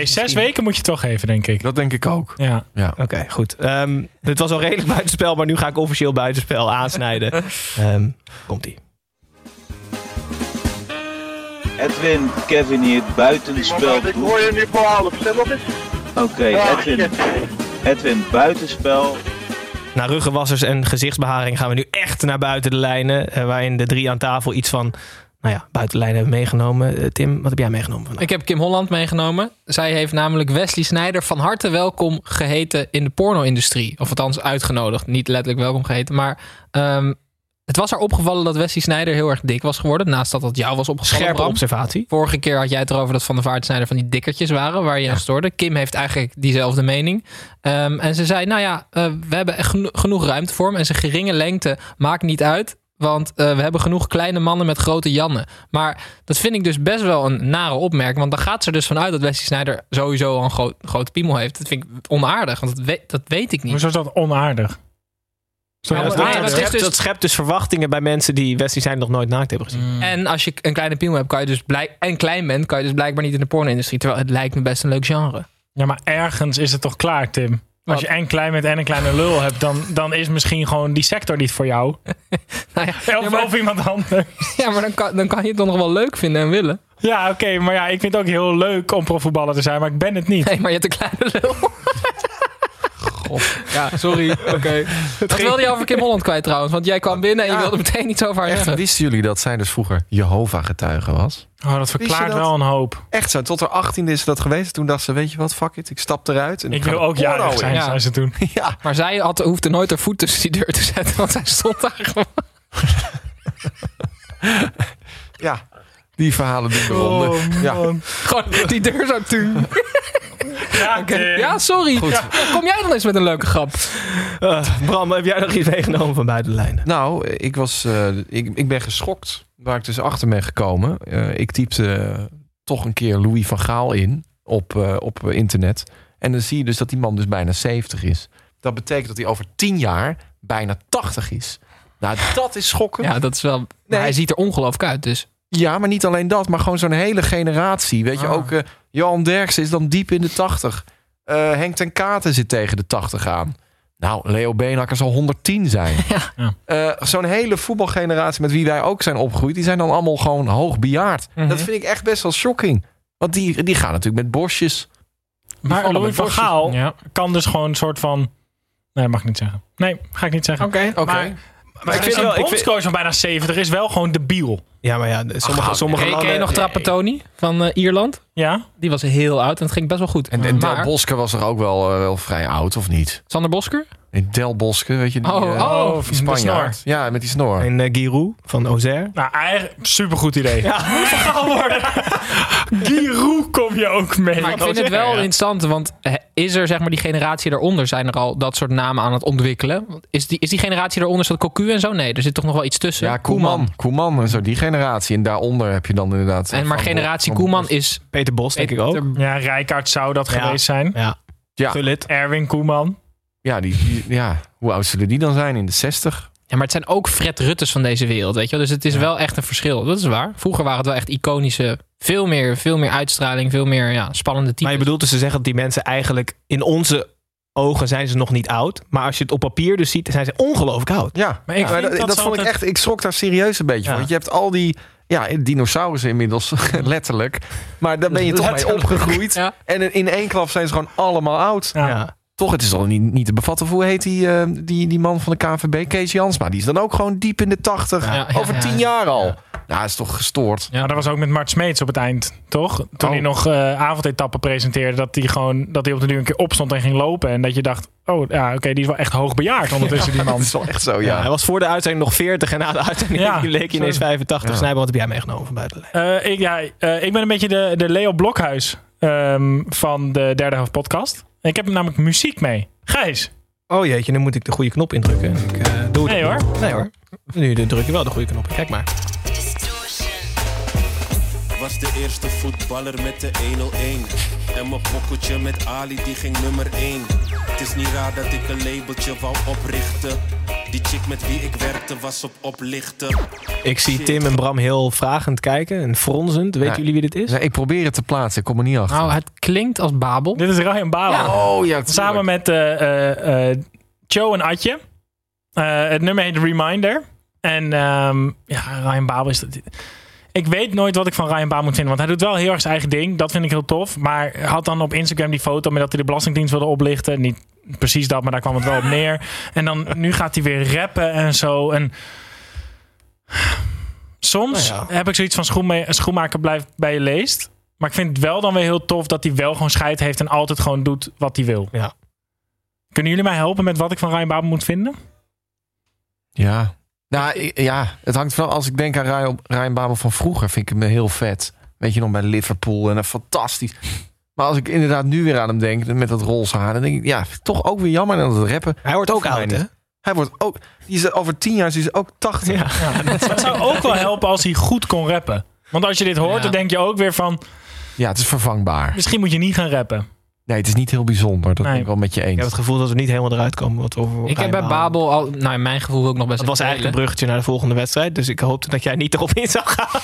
Speaker 6: zes weken moet je toch even, denk ik.
Speaker 4: Dat denk ik ook.
Speaker 6: Ja.
Speaker 2: Oké, goed. Ehm dit was al redelijk buitenspel, maar nu ga ik officieel buitenspel aansnijden. Ehm Komt-ie.
Speaker 8: Edwin, Kevin hier, buitenspel. Ik hoor je nu voor half, stem op Oké, Edwin. Edwin, buitenspel.
Speaker 2: Na ruggenwassers en gezichtsbeharing gaan we nu echt naar buiten de lijnen. eh, waarin de drie aan tafel iets van, nou ja, buiten de lijnen hebben meegenomen. Eh, Tim, wat heb jij meegenomen vandaag?
Speaker 7: Ik heb Kim Holland meegenomen. Zij heeft namelijk Wesley Snijder van harte welkom geheten in de porno-industrie. Of althans uitgenodigd. Niet letterlijk welkom geheten. Maar ehm, het was haar opgevallen dat Wesley Snijder heel erg dik was geworden. Naast dat dat jou was opgevallen.
Speaker 2: Scherpe
Speaker 7: Bram.
Speaker 2: observatie.
Speaker 7: Vorige keer had jij het erover dat Van der Vaart en Snijder van die dikkertjes waren. Waar je aan stoorde. Kim heeft eigenlijk diezelfde mening. Ehm, en ze zei, nou ja, eh, we hebben echt geno- genoeg ruimte voor hem. En zijn geringe lengte maakt niet uit. Want eh, we hebben genoeg kleine mannen met grote Jannen. Maar dat vind ik dus best wel een nare opmerking. Want dan gaat ze er dus vanuit dat Wesley Snijder sowieso al een groot, grote piemel heeft. Dat vind ik onaardig, want dat weet, dat weet ik niet.
Speaker 6: Hoezo is dat onaardig?
Speaker 7: Ja,
Speaker 2: dat,
Speaker 7: dat-
Speaker 2: dat,
Speaker 7: dat is
Speaker 2: schept,
Speaker 7: dus-
Speaker 2: dat schept dus verwachtingen bij mensen die Wesley zijn nog nooit naakt hebben gezien.
Speaker 7: En als je een kleine piemel hebt kan je dus blijk, en klein bent, kan je dus blijkbaar niet in de porno-industrie. Terwijl het lijkt me best een leuk genre.
Speaker 6: Ja, maar ergens is het toch klaar, Tim?
Speaker 7: Wat?
Speaker 6: Als je en klein bent en een kleine lul hebt, dan, dan is misschien gewoon die sector niet voor jou.
Speaker 7: Nou ja,
Speaker 6: Of,
Speaker 7: ja, maar-
Speaker 6: of iemand anders.
Speaker 7: Ja, maar dan kan, dan kan je het dan nog wel leuk vinden en willen.
Speaker 6: Ja, oké, maar ja, ik vind het ook heel leuk om profvoetballer te zijn, maar ik ben het niet.
Speaker 7: Nee, maar je hebt een kleine lul. Ja, sorry. Oké. Wat
Speaker 2: ging-
Speaker 7: wilde je over Kim Holland kwijt trouwens? Want jij kwam binnen en je
Speaker 4: Ja.
Speaker 7: wilde meteen iets over haar
Speaker 4: Echt,
Speaker 7: zeggen.
Speaker 4: wisten jullie dat zij dus vroeger Jehovah-getuige was?
Speaker 6: Oh, dat verklaart
Speaker 4: dat?
Speaker 6: wel een hoop.
Speaker 4: Echt zo, tot haar 18 is ze dat geweest. Toen dacht ze, weet je wat, fuck it, ik stap eruit. En
Speaker 6: Ik
Speaker 4: ga
Speaker 6: wil
Speaker 4: de
Speaker 6: ook
Speaker 4: porno
Speaker 6: jarig
Speaker 4: in.
Speaker 6: zijn,
Speaker 7: Ja.
Speaker 6: zei ze toen.
Speaker 4: Ja,
Speaker 7: Maar zij had, hoefde nooit haar voet tussen die deur te zetten, want zij stond daar gewoon.
Speaker 4: ja, die verhalen doen de
Speaker 2: Oh,
Speaker 4: ronde. ja.
Speaker 7: gewoon die deur zo toen.
Speaker 6: Ja, Tim.
Speaker 7: Ja, sorry. Ja, Kom jij dan eens met een leuke grap?
Speaker 2: Eh, Bram, heb jij nog iets meegenomen van buiten de lijnen?
Speaker 4: Nou, ik, was, eh, ik, ik ben geschokt waar ik dus achter ben gekomen. Eh, ik typte eh, toch een keer Louis van Gaal in op, eh, op eh, internet. En dan zie je dus dat die man dus bijna 70 is. Dat betekent dat hij over 10 jaar bijna 80 is. Nou, dat is schokkend.
Speaker 7: Ja, dat is wel. maar
Speaker 4: Nee.
Speaker 7: Hij ziet er ongelooflijk uit, dus.
Speaker 4: Ja, maar niet alleen dat, maar gewoon zo'n hele generatie. Weet je,
Speaker 7: Ah.
Speaker 4: ook eh, Johan Derksen is dan diep in de 80. Eh, Henk ten Katen zit tegen de 80 aan. Nou, Leo Beenhakker zal 110 zijn.
Speaker 6: Ja.
Speaker 4: Eh, zo'n hele voetbalgeneratie met wie wij ook zijn opgegroeid... die zijn dan allemaal gewoon hoog bejaard.
Speaker 7: Mhm.
Speaker 4: Dat vind ik echt best wel shocking. Want die, die gaan natuurlijk met borstjes.
Speaker 6: Maar Louis van Gaal
Speaker 7: Ja.
Speaker 6: kan dus gewoon een soort van... Nee, mag ik niet zeggen. Nee, ga ik niet zeggen.
Speaker 4: Oké.
Speaker 6: Oh, Maar
Speaker 2: ik
Speaker 6: ik vind
Speaker 2: vind wel-
Speaker 6: een
Speaker 2: ik vind-
Speaker 6: bondscoach van bijna 70 is wel gewoon debiel.
Speaker 2: Ja, maar ja, de- sommige,
Speaker 4: Ach,
Speaker 2: sommige
Speaker 7: Ken, ken je
Speaker 2: landen-
Speaker 7: nog Trapattoni van eh, Ierland?
Speaker 6: Ja?
Speaker 7: Die was heel oud en het ging best wel goed.
Speaker 4: En, en Del
Speaker 7: maar,
Speaker 4: Bosker was er ook wel, eh, wel vrij oud, of niet?
Speaker 7: Sander Bosker?
Speaker 4: Nee, Del Bosque, weet je die,
Speaker 7: Oh,
Speaker 4: eh,
Speaker 7: oh,
Speaker 4: die Spanjaard. Ja, met die snor.
Speaker 2: En eh Giroud van Auxerre.
Speaker 6: Nou, eigenlijk supergoed idee. Ja. Moet verhaal worden. Giroud kom je ook mee.
Speaker 7: Maar ik vind het wel interessant, want eh, is er zeg maar die generatie daaronder, zijn er al dat soort namen aan het ontwikkelen? Want Is die, is die generatie daaronder, is dat Cocu en zo? Nee, er zit toch nog wel iets tussen.
Speaker 4: Ja, Koeman. Koeman en zo, die generatie. En daaronder heb je dan inderdaad... eh,
Speaker 7: En maar
Speaker 4: Van Bo-
Speaker 7: generatie
Speaker 4: Van
Speaker 7: Koeman
Speaker 4: Bos.
Speaker 7: is...
Speaker 2: Peter Bos, denk ik ook.
Speaker 6: Ja, Rijkaard zou dat
Speaker 2: Ja.
Speaker 6: geweest zijn.
Speaker 2: Ja.
Speaker 4: Ja.
Speaker 2: Vul het.
Speaker 6: Erwin Koeman.
Speaker 4: Ja, die, die- ja, hoe oud zullen die dan zijn? In de 60?
Speaker 7: Ja, maar het zijn ook Fred Ruttes van deze wereld, weet je wel? Dus het is wel echt een verschil, dat is waar. Vroeger waren het wel echt iconische, veel meer, veel meer uitstraling, veel meer ja, spannende types.
Speaker 2: Maar je bedoelt dus te zeggen dat die mensen eigenlijk in onze ogen zijn ze nog niet oud. Maar als je het op papier dus ziet, zijn ze ongelooflijk oud.
Speaker 4: Ja,
Speaker 6: Maar ik
Speaker 4: Ja,
Speaker 6: vind
Speaker 4: dat,
Speaker 6: dat
Speaker 4: dat
Speaker 6: ze
Speaker 4: vond ik
Speaker 6: altijd-
Speaker 4: echt... Ik schrok daar serieus een beetje van.
Speaker 2: Ja.
Speaker 4: Want je hebt al die ja, dinosaurussen inmiddels, letterlijk. Maar daar ben je toch mee
Speaker 2: Letterlijk.
Speaker 4: opgegroeid.
Speaker 7: Ja.
Speaker 4: En in één klap zijn ze gewoon allemaal oud.
Speaker 6: Ja.
Speaker 4: Toch, het is al niet, niet te bevatten. Of Hoe heet die, eh, die, die man van de KNVB? Kees Jansma. Die is dan ook gewoon diep in de 80.
Speaker 7: Ja, ja,
Speaker 4: over
Speaker 7: ja.
Speaker 4: tien jaar al. Nou, is toch gestoord.
Speaker 6: Ja, dat was ook met Mart Smeets op het eind, toch? Toen
Speaker 4: Oh.
Speaker 6: hij nog eh avondetappen presenteerde, dat hij gewoon dat hij op de duur een keer opstond en ging lopen. En dat je dacht, oh ja, oké, die is wel echt hoogbejaard ondertussen, die
Speaker 4: Dat
Speaker 6: man.
Speaker 4: is wel echt zo,
Speaker 2: Ja,
Speaker 4: Oh, ja.
Speaker 2: hij was voor de uitzending nog 40 en na de uitzending
Speaker 6: Ja,
Speaker 2: leek hij ineens
Speaker 6: zo.
Speaker 2: 85.
Speaker 4: Ja.
Speaker 2: Snijboom, wat heb jij meegenomen van buiten de lijn?
Speaker 6: Eh, ik, ja, eh, ik ben een beetje de, de Leo Blokhuis ehm, van de derde helft podcast. Ik heb namelijk muziek mee. Gijs.
Speaker 2: Oh jeetje, nu moet ik de goede knop indrukken. Ik eh, doe het
Speaker 6: Nee hoor.
Speaker 2: niet. Nee hoor. Nu dan druk je wel de goede knop. Kijk maar.
Speaker 9: Was de eerste voetballer met de 101. En mijn pokkeltje met Ali, die ging nummer 1. Het is niet raar dat ik een labeltje wou oprichten. Die chick met wie ik werkte was op oplichten.
Speaker 2: Ik zie Tim en Bram heel vragend kijken en fronsend. Weten
Speaker 4: Ja.
Speaker 2: jullie wie dit is?
Speaker 4: Nee, ik probeer het te plaatsen. Ik kom er niet achter.
Speaker 7: Nou, het klinkt als Babel.
Speaker 6: Dit is Ryan Bauer.
Speaker 4: oh ja, tuurlijk.
Speaker 6: Samen met eh eh, eh, Joe en Atje. Eh, het nummer heet Reminder. En ehm, ja, Ryan Babel is... dat- Ik weet nooit wat ik van Ryan Babel moet vinden. Want hij doet wel heel erg zijn eigen ding. Dat vind ik heel tof. Maar hij had dan op Instagram die foto met dat hij de Belastingdienst wilde oplichten. Niet precies dat, maar daar kwam het wel op neer. En dan nu gaat hij weer rappen en zo. En soms
Speaker 2: Nou
Speaker 6: heb ik zoiets van schoenma- schoenmaker blijft bij je leest. Maar ik vind het wel dan weer heel tof dat hij wel gewoon scheid heeft en altijd gewoon doet wat hij wil.
Speaker 2: Ja.
Speaker 6: Kunnen jullie mij helpen met wat ik van Ryan Babel moet vinden?
Speaker 4: Ja. Nou, ik- ja, het hangt wel. Als ik denk aan Ryan, Ryan Babel van vroeger, vind ik hem heel vet. Weet je nog bij Liverpool en eh, fantastisch. Maar als ik inderdaad nu weer aan hem denk, met dat roze haar, dan denk ik, ja, toch ook weer jammer aan het rappen.
Speaker 2: Hij wordt ook
Speaker 4: Voor mij
Speaker 2: oud, hè?
Speaker 4: niet. Hij wordt ook, die is over tien jaar, ze is ook tachtig. Ja.
Speaker 6: Het zou ook wel helpen als hij goed kon rappen. Want als je dit hoort,
Speaker 7: Ja.
Speaker 6: dan denk je ook weer van...
Speaker 4: het is vervangbaar.
Speaker 6: Misschien moet je niet gaan rappen.
Speaker 4: Nee, het is niet heel bijzonder. Dat
Speaker 6: Nee.
Speaker 4: ben ik wel met je
Speaker 2: Ik
Speaker 4: eens.
Speaker 2: heb het gevoel dat we niet helemaal eruit komen. Wat we over
Speaker 7: Ik heb bij
Speaker 2: Rijn Babel-
Speaker 7: Babel al, nou in mijn gevoel ook nog best
Speaker 2: Dat was
Speaker 7: een
Speaker 2: eigenlijk
Speaker 7: hele-
Speaker 2: een bruggetje naar de volgende wedstrijd. Dus ik hoopte dat jij niet erop in zou gaan.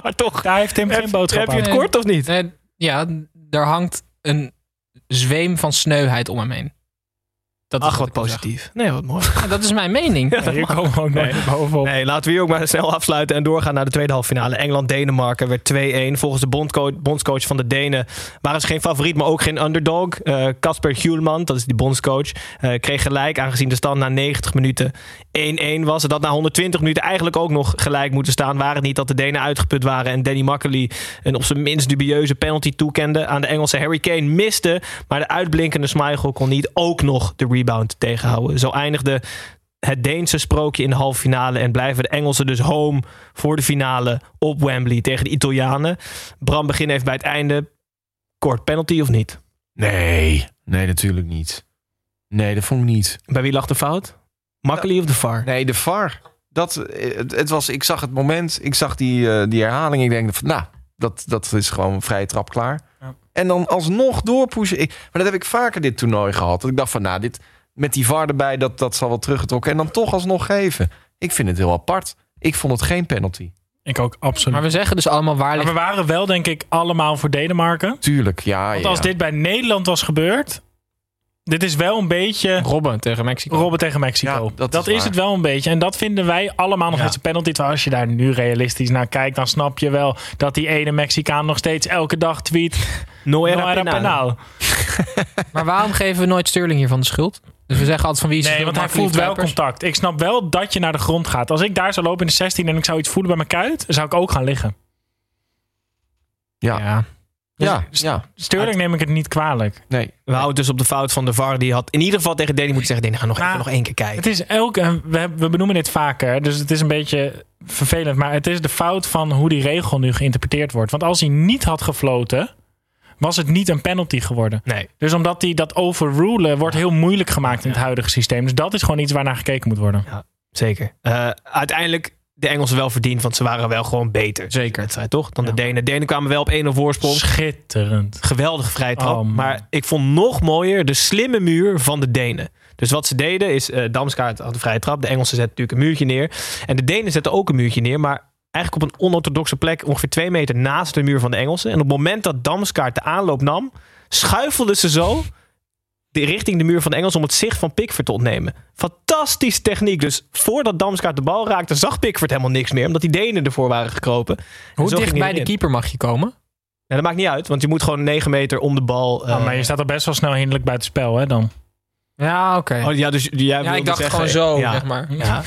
Speaker 2: maar toch.
Speaker 6: Daar heeft Tim geen
Speaker 2: Heb-
Speaker 6: boodschap
Speaker 2: Heb je
Speaker 6: aan.
Speaker 2: het
Speaker 7: Nee.
Speaker 2: kort of niet?
Speaker 7: Nee, Eh, ja, daar hangt een zweem van sneuheid om hem heen. Dat is
Speaker 2: Ach, wat
Speaker 7: ik wil zeggen.
Speaker 2: positief. Nee, wat mooi.
Speaker 7: Ja, dat is mijn mening.
Speaker 6: Nee, hier komen we ook nooit bovenop.
Speaker 2: Nee, laten we hier ook maar snel afsluiten en doorgaan naar de tweede halve finale. Engeland-Denemarken werd 2-1. Volgens de bondco- bondscoach van de Denen waren ze geen favoriet, maar ook geen underdog. Eh, Casper Hjulman, dat is die bondscoach, eh, kreeg gelijk aangezien de stand na 90 minuten 1-1 was. En dat na 120 minuten eigenlijk ook nog gelijk moeten staan. Waren het niet dat de Denen uitgeput waren en Danny Makkely een op zijn minst dubieuze penalty toekende aan de Engelse Harry Kane miste. Maar de uitblinkende Smeichel kon niet ook nog de rebound tegenhouden. Zo eindigde het Deense sprookje in de halve finale. En blijven de Engelsen dus home voor de finale op Wembley tegen de Italianen. Bram begin even bij het einde. Kort penalty of niet?
Speaker 4: Nee, nee, natuurlijk niet. Nee, dat vond ik niet.
Speaker 2: Bij wie lag de fout? Makkely of de VAR?
Speaker 4: Nee, de VAR. Dat, eh, het, het was, ik zag het moment, ik zag die, eh, die herhaling. Ik denk, van, nou, dat, dat is gewoon een vrije trap klaar.
Speaker 6: Ja.
Speaker 4: En dan alsnog doorpushen. Ik, maar dat heb ik vaker dit toernooi gehad. Dat ik dacht van, nou, dit, met die VAR erbij, dat, dat zal wel teruggetrokken. En dan toch alsnog geven. Ik vind het heel apart. Ik vond het geen penalty.
Speaker 6: Ik ook, absoluut.
Speaker 7: Maar we zeggen dus allemaal waar
Speaker 6: Maar we
Speaker 7: ligt...
Speaker 6: waren wel, denk ik, allemaal voor Denemarken.
Speaker 4: Tuurlijk, ja.
Speaker 6: Want
Speaker 4: ja.
Speaker 6: als dit bij Nederland was gebeurd... Dit is wel een beetje...
Speaker 7: Robben tegen Mexico.
Speaker 6: Robben tegen Mexico.
Speaker 4: Ja,
Speaker 6: dat
Speaker 4: dat
Speaker 6: is,
Speaker 4: is
Speaker 6: het wel een beetje. En dat vinden wij allemaal nog
Speaker 4: Ja.
Speaker 6: steeds een penalty. Terwijl als je daar nu realistisch naar kijkt, dan snap je wel dat die ene Mexicaan nog steeds elke dag tweet.
Speaker 2: No era
Speaker 6: "No era
Speaker 2: penal.
Speaker 6: penal.
Speaker 7: Maar waarom geven we nooit Sterling hiervan de schuld? Dus we zeggen altijd van wie is de
Speaker 6: Nee,
Speaker 7: schuld,
Speaker 6: want hij
Speaker 7: Makkely
Speaker 6: voelt
Speaker 7: of
Speaker 6: wel
Speaker 7: Kuipers?
Speaker 6: contact. Ik snap wel dat je naar de grond gaat. Als ik daar zou lopen in de 16 en ik zou iets voelen bij mijn kuit, dan zou ik ook gaan liggen.
Speaker 4: ja.
Speaker 7: Ja.
Speaker 4: Ja,
Speaker 6: Dus-
Speaker 4: ja.
Speaker 6: Sterling neem ik het niet kwalijk.
Speaker 4: Nee.
Speaker 2: We houden dus op de fout van de VAR. Die had in ieder geval tegen Danny moeten zeggen... Danny, ga nog,
Speaker 6: Maar-
Speaker 2: even, nog één keer kijken.
Speaker 6: Het is elke, we, hebben- we benoemen dit vaker, dus het is een beetje vervelend. Maar het is de fout van hoe die regel nu geïnterpreteerd wordt. Want als hij niet had gefloten, was het niet een penalty geworden.
Speaker 2: Nee.
Speaker 6: Dus omdat hij dat overrulen wordt heel moeilijk gemaakt in het huidige systeem. Dus dat is gewoon iets waar naar gekeken moet worden.
Speaker 2: Zeker. Eh, uiteindelijk de Engelsen wel verdiend, want ze waren wel gewoon beter.
Speaker 7: Zeker.
Speaker 2: Het zei toch? Dan
Speaker 6: Ja.
Speaker 2: de Denen. De Denen kwamen wel op 1-0 voorsprong.
Speaker 6: Schitterend.
Speaker 2: Geweldige vrije trap.
Speaker 6: Oh, man.
Speaker 2: maar ik vond nog mooier de slimme muur van de Denen. Dus wat ze deden is, eh Damskaart had een vrije trap. De Engelsen zetten natuurlijk een muurtje neer. En de Denen zetten ook een muurtje neer. Maar eigenlijk op een onorthodoxe plek, ongeveer twee meter naast de muur van de Engelsen. En op het moment dat Damskaart de aanloop nam, schuifelden ze zo de, richting de muur van de Engelsen om het zicht van Pickford te ontnemen. Fantastische techniek. Dus voordat Damskaart de bal raakte, zag Pickford helemaal niks meer. Omdat die Denen ervoor waren gekropen. En
Speaker 7: Hoe
Speaker 2: zo
Speaker 7: dicht
Speaker 2: ging hij
Speaker 7: bij de
Speaker 2: erin.
Speaker 7: keeper mag je komen?
Speaker 2: Nou, dat maakt niet uit, want je moet gewoon 9 meter om de bal. eh,
Speaker 6: Oh, maar je staat al best wel snel hinderlijk buiten spel, hè dan?
Speaker 7: Ja, oké.
Speaker 2: Oh, ja, dus jij
Speaker 7: ja,
Speaker 2: wilde
Speaker 7: ik dacht
Speaker 2: zeggen-
Speaker 7: gewoon zo,
Speaker 2: ja.
Speaker 7: zeg maar.
Speaker 2: Ja,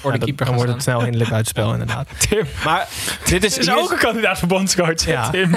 Speaker 7: Voor de
Speaker 2: Ja,
Speaker 7: keeper
Speaker 2: dan
Speaker 7: gaan
Speaker 2: wordt het
Speaker 7: staan.
Speaker 2: snel hinderlijk uit het spel, inderdaad. Maar dit is,
Speaker 6: Is
Speaker 2: hier is-
Speaker 6: ook een kandidaat voor bondscoach, hè,
Speaker 2: Ja.
Speaker 6: Tim?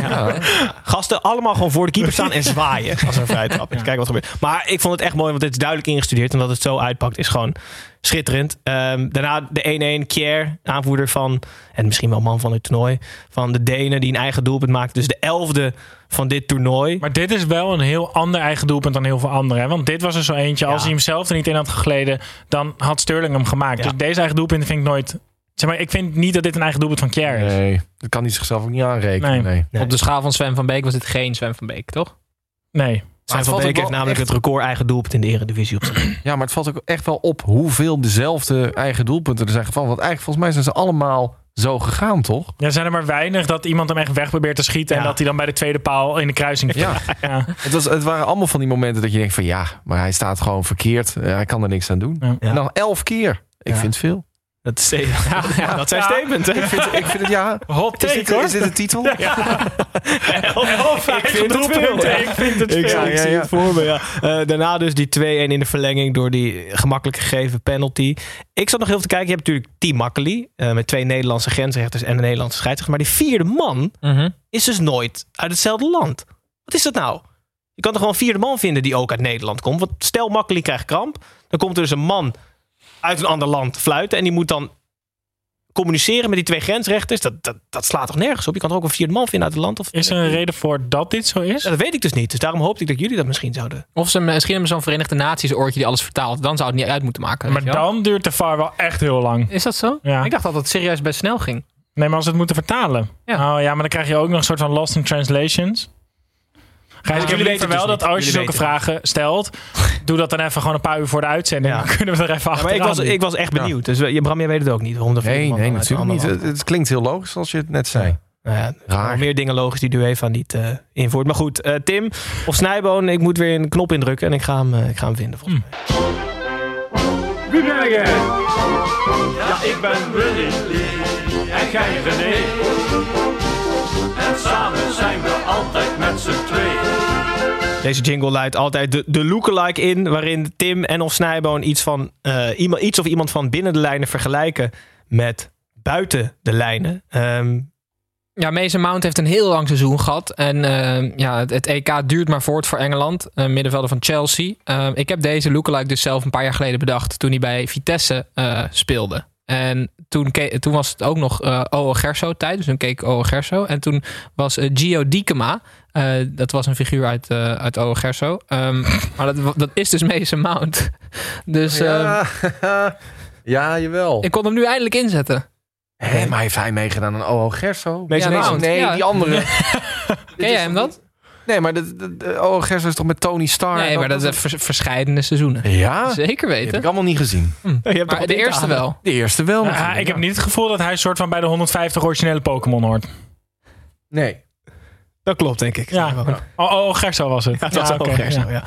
Speaker 2: gasten allemaal gewoon voor de keeper staan en zwaaien als er een vrije trap is. Kijk wat er gebeurt. Maar ik vond het echt mooi, want dit is duidelijk ingestudeerd en dat het zo uitpakt is gewoon schitterend. Ehm, daarna de 1-1, Kier, aanvoerder van en misschien wel man van het toernooi van de Denen die een eigen doelpunt maakt. Dus de elfde van dit toernooi.
Speaker 6: Maar dit is wel een heel ander eigen doelpunt dan heel veel andere. Hè? Want dit was er zo eentje.
Speaker 2: Ja.
Speaker 6: Als hij hem zelf er niet in had gegleden, dan had Sterling hem gemaakt.
Speaker 2: Ja.
Speaker 6: Dus deze eigen doelpunt vind ik nooit... Zeg maar, ik vind niet dat dit een eigen doelpunt van Kjaer is.
Speaker 4: Nee, dat kan hij zichzelf ook niet aanrekenen.
Speaker 6: Nee.
Speaker 4: Nee.
Speaker 2: Nee.
Speaker 7: Op de schaal van Sven van Beek was dit geen Sven van Beek, toch?
Speaker 6: Nee.
Speaker 2: Sven
Speaker 7: het
Speaker 2: van Beek
Speaker 7: valt ook wel
Speaker 2: heeft namelijk
Speaker 7: echt-
Speaker 2: het record eigen doelpunt in de Eredivisie op zich.
Speaker 4: Ja, maar het valt ook echt wel op hoeveel dezelfde eigen doelpunten er zijn gevallen. Want eigenlijk volgens mij zijn ze allemaal zo gegaan, toch?
Speaker 6: Ja, zijn er maar weinig dat iemand hem echt weg probeert te schieten... en
Speaker 2: Ja.
Speaker 6: dat hij dan bij de tweede paal in de kruising
Speaker 4: Ja.
Speaker 6: vliegt. Ja.
Speaker 4: Het, was, het waren allemaal van die momenten dat je denkt van ja, maar hij staat gewoon verkeerd. Eh, hij kan er niks aan doen.
Speaker 6: Ja.
Speaker 4: En
Speaker 7: Nou,
Speaker 4: dan elf keer. Ik
Speaker 2: Ja.
Speaker 4: vind het veel.
Speaker 2: Dat, is, ja, dat zijn
Speaker 6: Ja.
Speaker 2: statements. Hè?
Speaker 4: Ik vind, ik vind het ja.
Speaker 6: Hot
Speaker 4: Is
Speaker 6: take,
Speaker 4: dit,
Speaker 6: hoor.
Speaker 4: is dit de titel?
Speaker 6: Elf
Speaker 2: Ik vind
Speaker 6: eigen
Speaker 2: het
Speaker 6: doelpunten.
Speaker 2: veel, ja.
Speaker 6: Ik vind het
Speaker 2: Ik,
Speaker 6: veel.
Speaker 2: zie- ik
Speaker 4: ja,
Speaker 2: zie
Speaker 4: ja.
Speaker 2: het voor me, ja. Eh, daarna dus die 2-1 in de verlenging door die gemakkelijk gegeven penalty. Ik zat nog heel even te kijken. Je hebt natuurlijk Team Makkely eh, met twee Nederlandse grensrechters en een Nederlandse scheidsrechter. Maar die vierde man is dus nooit uit hetzelfde land. Wat is dat nou? Je kan toch gewoon een vierde man vinden die ook uit Nederland komt? Want stel Makkely krijgt kramp. Dan komt er dus een man uit een ander land fluiten. En die moet dan communiceren met die twee grensrechters. Dat, dat, dat slaat toch nergens op? Je kan toch ook een vierde man vinden uit het land? Of,
Speaker 6: Is er een reden voor dat dit zo is?
Speaker 2: Ja, dat weet ik dus niet. Dus daarom hoopte ik dat jullie dat misschien zouden.
Speaker 7: Of ze, misschien hebben ze zo'n Verenigde Naties oortje die alles vertaalt. Dan zou het niet uit moeten maken.
Speaker 6: Maar
Speaker 7: weet je wel.
Speaker 6: dan duurt de VAR wel echt heel lang.
Speaker 7: Is dat zo?
Speaker 6: Ja.
Speaker 7: Ik dacht altijd dat het serieus best snel ging.
Speaker 6: Nee, maar als we het moeten vertalen.
Speaker 7: Ja.
Speaker 6: Oh ja, maar dan krijg je ook nog een soort van lost in translations. Gijs,
Speaker 2: jullie
Speaker 6: ik jullie
Speaker 2: weten
Speaker 6: weten
Speaker 2: het
Speaker 6: wel
Speaker 2: dus
Speaker 6: dat
Speaker 2: niet.
Speaker 6: als je
Speaker 2: Jullie
Speaker 6: zulke
Speaker 2: weten
Speaker 6: vragen stelt, doe dat dan even gewoon een paar uur voor de uitzending.
Speaker 2: Ja.
Speaker 6: Dan kunnen we er even
Speaker 2: Ja,
Speaker 6: achter.
Speaker 2: maar ik was, ik was echt benieuwd. Dus eh, Bram, jij weet het ook niet. Waarom de vierde
Speaker 4: Nee,
Speaker 2: man
Speaker 4: nee,
Speaker 2: dan uit een
Speaker 4: natuurlijk niet.
Speaker 2: ander
Speaker 4: Het, het klinkt heel logisch zoals je het net zei.
Speaker 2: land- Nou ja,
Speaker 4: Raar.
Speaker 2: nog meer dingen logisch die de UEFA niet eh, invoert. Maar goed, eh, Tim of Snijboon, ik moet weer een knop indrukken en ik ga hem, eh, ik ga hem vinden.
Speaker 6: Hmm.
Speaker 2: Volgens mij.
Speaker 5: Wie ben jij? Ja, ik ben Willy. En jij René. En samen zijn we altijd met z'n tweeën.
Speaker 2: Deze jingle luidt altijd de, de lookalike in, waarin Tim en of Snijboon iets, van, eh, iemand, iets of iemand van binnen de lijnen vergelijken met buiten de lijnen.
Speaker 6: Hmm.
Speaker 2: Ehm,
Speaker 7: Ja, Mason Mount heeft een heel lang seizoen gehad. En eh, ja, het, het EK duurt maar voort voor Engeland. eh, middenvelder van Chelsea. Eh, ik heb deze lookalike dus zelf een paar jaar geleden bedacht. Toen hij bij Vitesse eh, speelde. En toen, ke- toen was het ook nog eh Owe Gerso tijd. Dus toen keek ik Owe Gerso. En toen was eh, Gio Diekema. eh, dat was een figuur uit, eh uit Owe Gerso. Ehm, maar dat, wa- dat is dus Mason Mount. Dus ehm,
Speaker 4: Ja, ja, jawel.
Speaker 7: ik kon hem nu eindelijk inzetten.
Speaker 4: Hé, maar heeft hij meegedaan aan OO Gerso?
Speaker 2: Mason
Speaker 4: nee,
Speaker 7: Mount,
Speaker 4: nee
Speaker 7: ja.
Speaker 4: die andere.
Speaker 7: Ken jij hem dan?
Speaker 4: Nee, maar de, de, de- OO Gerso is toch met Tony Starr?
Speaker 7: Nee,
Speaker 4: en
Speaker 7: maar dat is vers- verscheidene seizoenen.
Speaker 4: Ja? Die
Speaker 7: Zeker
Speaker 4: heb
Speaker 7: weten.
Speaker 4: ik allemaal niet gezien.
Speaker 2: je hebt toch
Speaker 7: Maar
Speaker 2: wat
Speaker 7: de
Speaker 2: in te
Speaker 7: eerste
Speaker 2: halen?
Speaker 7: wel.
Speaker 4: De eerste wel
Speaker 6: Nou,
Speaker 4: natuurlijk,
Speaker 6: ik heb
Speaker 4: ja.
Speaker 6: niet het gevoel dat hij soort van bij de 150 originele Pokémon hoort.
Speaker 4: Nee.
Speaker 2: Dat klopt, denk ik.
Speaker 6: Ja.
Speaker 2: Snijboon.
Speaker 6: Oh, oh Gerso was het.
Speaker 2: Ja, dat is ook
Speaker 6: oké,
Speaker 2: Gerso,
Speaker 6: ja.
Speaker 2: ja.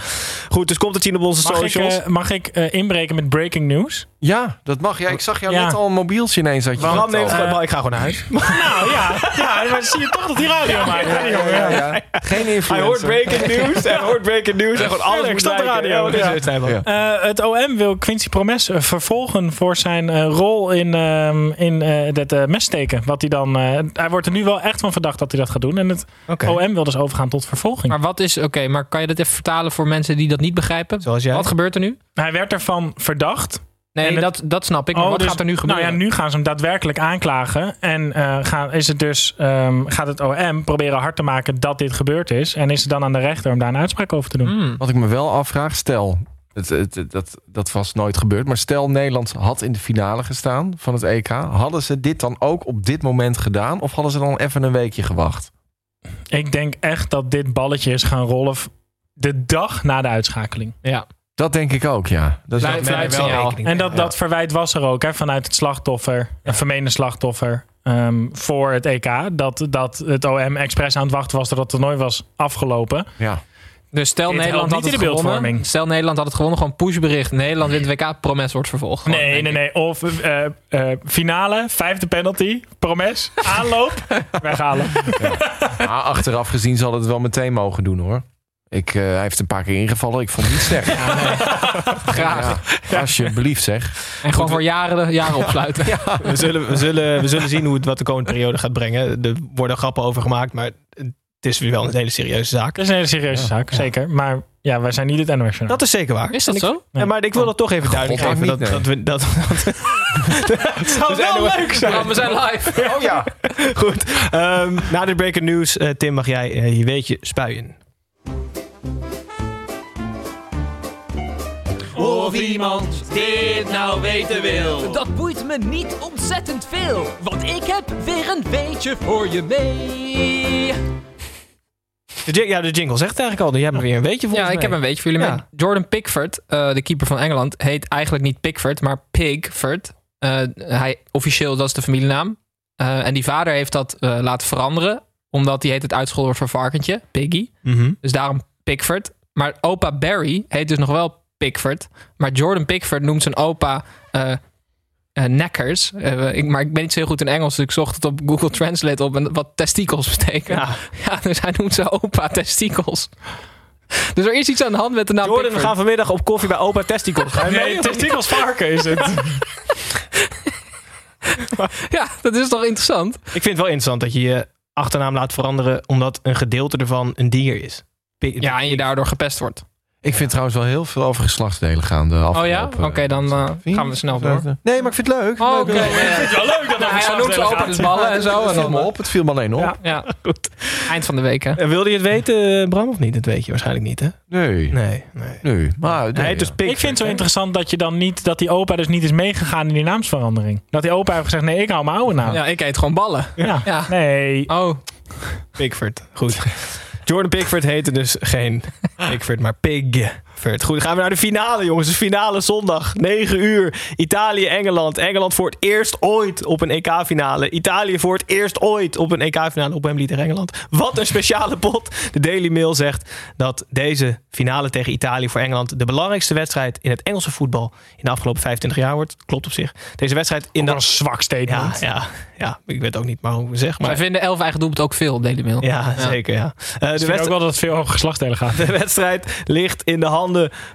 Speaker 2: Goed, dus komt het zien op onze
Speaker 6: Mag ik,
Speaker 2: socials.
Speaker 6: eh, mag ik eh, inbreken met breaking news?
Speaker 4: Ja, dat mag. Ja, ik zag jou
Speaker 6: Ja.
Speaker 4: net al een mobieltje ineens. Had je
Speaker 2: Bram
Speaker 4: net al.
Speaker 2: neemt
Speaker 6: eh,
Speaker 2: gewoon- ik ga gewoon naar huis.
Speaker 6: Nou ja, ja, maar zie je toch dat die radio maakt. hè, die jongen?
Speaker 4: Ja, ja. Geen influencer.
Speaker 2: Hij hoort breaking news en hoort breaking news en gewoon alles
Speaker 6: Tuurlijk,
Speaker 2: moet
Speaker 6: stop de
Speaker 2: lijken.
Speaker 6: radio.
Speaker 2: Ja, wat is
Speaker 6: Ja.
Speaker 2: het, Stijn?
Speaker 4: Ja.
Speaker 6: Eh, het OM wil Quincy Promes eh, vervolgen voor zijn eh, rol in, ehm, in eh dat eh, messteken. Wat hij, dan, eh, hij wordt er nu wel echt van verdacht dat hij dat gaat doen. En het OM wil dus overgaan tot vervolging.
Speaker 7: Maar wat is, oké, maar kan je dat even vertalen voor mensen die dat niet begrijpen?
Speaker 2: Zoals jij.
Speaker 7: Wat gebeurt er nu?
Speaker 6: hij werd ervan verdacht.
Speaker 7: Nee,
Speaker 6: En het-
Speaker 7: dat, dat snap ik. Maar
Speaker 6: Oh,
Speaker 7: wat
Speaker 6: dus-
Speaker 7: gaat er nu gebeuren?
Speaker 6: Nou ja, nu gaan ze hem daadwerkelijk aanklagen. En eh, gaan, is het dus, ehm, gaat het OM proberen hard te maken dat dit gebeurd is. En is het dan aan de rechter om daar een uitspraak over te doen.
Speaker 7: Hmm.
Speaker 4: Wat ik me wel afvraag, stel, het, het, het- dat, dat was nooit gebeurd, maar stel Nederland had in de finale gestaan van het EK, hadden ze dit dan ook op dit moment gedaan of hadden ze dan even een weekje gewacht?
Speaker 6: Ik denk echt dat dit balletje is gaan rollen v- de dag na de uitschakeling.
Speaker 7: Ja.
Speaker 4: Dat denk ik ook, ja. Dat is
Speaker 7: Blijf-
Speaker 4: wel-
Speaker 7: blijf- signaal.
Speaker 6: En dat, dat verwijt was er ook hè, vanuit het slachtoffer, een vermeende slachtoffer ehm, voor het EK. Dat, dat het OM expres aan het wachten was dat het toernooi was afgelopen.
Speaker 4: ja.
Speaker 7: Dus stel
Speaker 6: Dit
Speaker 7: Nederland
Speaker 6: helpt niet
Speaker 7: had het
Speaker 6: in de beeldvorming.
Speaker 7: gewonnen. Stel Nederland had het gewonnen, gewoon pushbericht. Nederland wint het WK, Promes wordt vervolgd. Gewoon,
Speaker 6: nee,
Speaker 7: denk
Speaker 6: nee,
Speaker 7: ik.
Speaker 6: nee. Of eh, eh, finale, vijfde penalty, promes, aanloop, weghalen.
Speaker 4: Maar achteraf gezien zal het wel meteen mogen doen hoor. Ik, eh, hij heeft een paar keer ingevallen, ik vond het niet slecht. Graag. Alsjeblieft zeg.
Speaker 7: En gewoon voor jaren, jaren opsluiten.
Speaker 2: We zullen, we, zullen, we zullen zien hoe het wat de komende periode gaat brengen. Er worden grappen over gemaakt, maar het is weer wel een hele serieuze zaak.
Speaker 6: Dat is een hele serieuze zaak, zeker. Maar ja, wij zijn niet het NOS.
Speaker 2: Dat is zeker waar.
Speaker 7: Is dat
Speaker 2: En ik-
Speaker 7: zo?
Speaker 2: Ja, maar ik wil dat toch even duidelijk
Speaker 4: God,
Speaker 2: geven.
Speaker 4: ik
Speaker 2: Oh. Dat,
Speaker 4: niet,
Speaker 2: dat, we, dat, het zou
Speaker 7: wel
Speaker 2: leuk
Speaker 7: Ja, we zijn live.
Speaker 2: Oh ja. Goed. Ehm, na de breaking news, eh, Tim, mag jij eh, je weetje spuien.
Speaker 10: Of iemand dit nou weten wil.
Speaker 11: Dat boeit me niet ontzettend veel, want ik heb weer een beetje voor je mee.
Speaker 2: De jing- ja, de jingle zegt het eigenlijk al. dus Jij hebt me weer een weetje volgens
Speaker 7: Ja, ik
Speaker 2: mij.
Speaker 7: heb een weetje voor jullie.
Speaker 2: Ja.
Speaker 7: mee. Jordan Pickford, eh, de keeper van Engeland, heet eigenlijk niet Pickford, maar Pigford. Eh, hij, officieel, dat is de familienaam. Eh, en die vader heeft dat eh, laten veranderen, omdat die heet het uitscholden voor varkentje, Piggy.
Speaker 2: Mhm.
Speaker 7: Dus daarom Pickford. Maar opa Barry heet dus nog wel Pickford. Maar Jordan Pickford noemt zijn opa eh eh, Neckers. Eh, ik, maar ik ben niet zo heel goed in Engels, dus ik zocht het op Google Translate op en wat testikels betekent. Ja. dus hij noemt zijn opa testikels. Dus er is iets aan de hand met de naam
Speaker 2: Jordan, we
Speaker 7: Pickford.
Speaker 2: gaan vanmiddag op koffie bij opa Testicles. Ga je mee?
Speaker 6: Nee, het is niet als varken is het.
Speaker 7: Ja, dat is toch interessant?
Speaker 2: Ik vind het wel interessant dat je je achternaam laat veranderen... omdat een gedeelte ervan een dier is. Pik-
Speaker 7: Ja, en je daardoor gepest wordt.
Speaker 4: Ik vind trouwens wel heel veel over geslachtsdelen gaan de
Speaker 7: Oh ja? Oké,
Speaker 4: afgelopen-
Speaker 7: dan eh, gaan we snel door.
Speaker 4: Nee, maar ik vind het leuk.
Speaker 7: Oh,
Speaker 4: Leuk,
Speaker 7: oké.
Speaker 4: leuk.
Speaker 7: ja.
Speaker 6: Wel leuk dat
Speaker 7: Nou, hij noemt zijn opa dus ballen en zo.
Speaker 4: Het
Speaker 7: En
Speaker 4: viel
Speaker 7: dan,
Speaker 4: me op, het viel me alleen op.
Speaker 6: Ja.
Speaker 7: ja,
Speaker 2: Goed.
Speaker 7: eind van de week, hè.
Speaker 2: Eh, Wilde je het weten, eh, Bram, of niet? Dat weet je waarschijnlijk niet, hè?
Speaker 4: Nee,
Speaker 2: Nee, nee.
Speaker 4: nee. Maar, nee,
Speaker 2: Hij heet dus
Speaker 4: ja.
Speaker 2: Pig.
Speaker 6: Ik vind het zo interessant dat, je dan niet, dat die opa dus niet is meegegaan in die naamsverandering. Dat die opa heeft gezegd, nee, ik hou mijn oude naam.
Speaker 7: Ja, ik heet gewoon ballen.
Speaker 6: Ja.
Speaker 7: Ja.
Speaker 6: Nee.
Speaker 7: Oh,
Speaker 2: Pickford. Goed. Jordan Pickford heette dus geen Pickford, maar Pigford. Goed, dan gaan we naar de finale, jongens. De finale zondag, 9 uur. Italië-Engeland. Engeland voor het eerst ooit op een EK-finale. Italië voor het eerst ooit op een EK-finale op Wembley tegen Engeland. Wat een speciale pot. De Daily Mail zegt dat deze finale tegen Italië voor Engeland... de belangrijkste wedstrijd in het Engelse voetbal in de afgelopen 25 jaar wordt. Klopt op zich. Deze wedstrijd in
Speaker 6: Dat
Speaker 2: de...
Speaker 6: was een zwak
Speaker 2: Ja,
Speaker 6: statement.
Speaker 2: ja, ja, ik weet ook niet maar hoe ik het zeg, maar...
Speaker 7: Wij vinden 11 eigen doelpunt ook veel, Daily Mail.
Speaker 2: Ja,
Speaker 7: Ja.
Speaker 2: zeker. Ja. Eh, de,
Speaker 6: Ik vind ook
Speaker 2: wedst-
Speaker 6: wel dat het veel over geslachtsdelen gaat.
Speaker 2: de wedstrijd ligt in de handen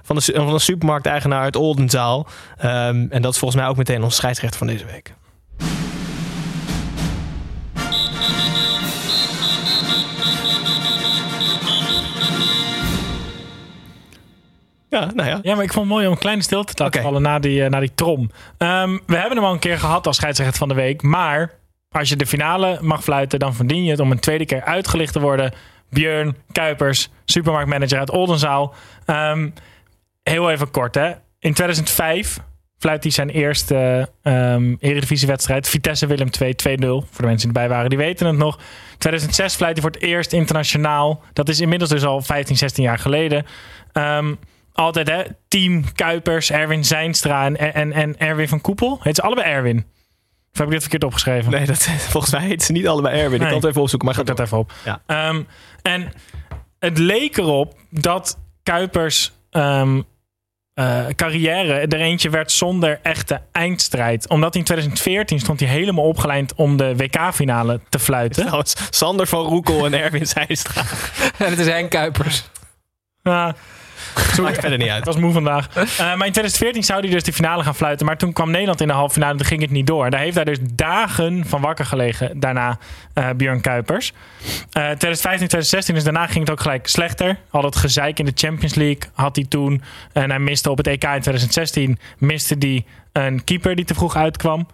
Speaker 2: van de, su- van de supermarkteigenaar uit Oldenzaal. Ehm, en dat is volgens mij ook meteen ons scheidsrechter van deze week. Ja, nou ja.
Speaker 6: Ja, maar ik vond het mooi om een kleine stilte te laten
Speaker 2: Oké.
Speaker 6: vallen na die, eh, na die trom. Ehm, we hebben hem al een keer gehad als scheidsrechter van de week. Maar als je de finale mag fluiten, dan verdien je het om een tweede keer uitgelicht te worden. Björn Kuipers, supermarktmanager uit Oldenzaal. Ehm, heel even kort, hè. In 2005 fluit hij zijn eerste ehm eredivisiewedstrijd. Vitesse Willem 2, 2-0. Voor de mensen die erbij waren, die weten het nog. 2006 fluit hij voor het eerst internationaal. Dat is inmiddels dus al 15, 16 jaar geleden. Ehm, altijd hè, team Kuipers, Erwin Zijnstra en, en, en Erwin van Koepel. Heet ze allebei Erwin? Of heb ik dit verkeerd opgeschreven?
Speaker 2: Nee, dat, volgens mij heet ze niet allebei Erwin. Ik
Speaker 6: Nee.
Speaker 2: kan het even opzoeken, maar
Speaker 6: Zoek
Speaker 2: gaat
Speaker 6: dat even op.
Speaker 2: Ja.
Speaker 6: Ehm, en het leek erop dat Kuipers ehm, eh, carrière er eentje werd zonder echte eindstrijd. Omdat in 2014 stond hij helemaal opgeleind om de WK-finale te fluiten.
Speaker 2: Nou, Sander van Roekel en Erwin Zijstra.
Speaker 7: En het is Henk Kuipers.
Speaker 6: Ja,
Speaker 2: Maakt verder niet
Speaker 6: ik
Speaker 2: uit.
Speaker 6: was moe vandaag. Eh, maar in 2014 zou hij dus de finale gaan fluiten. Maar toen kwam Nederland in de halve finale. Toen ging het niet door. Daar heeft hij dus dagen van wakker gelegen. Daarna eh Björn Kuipers. Eh 2015, 2016. Dus daarna ging het ook gelijk slechter. Al dat gezeik in de Champions League had hij toen. En hij miste op het EK in 2016. Miste hij een keeper die te vroeg uitkwam.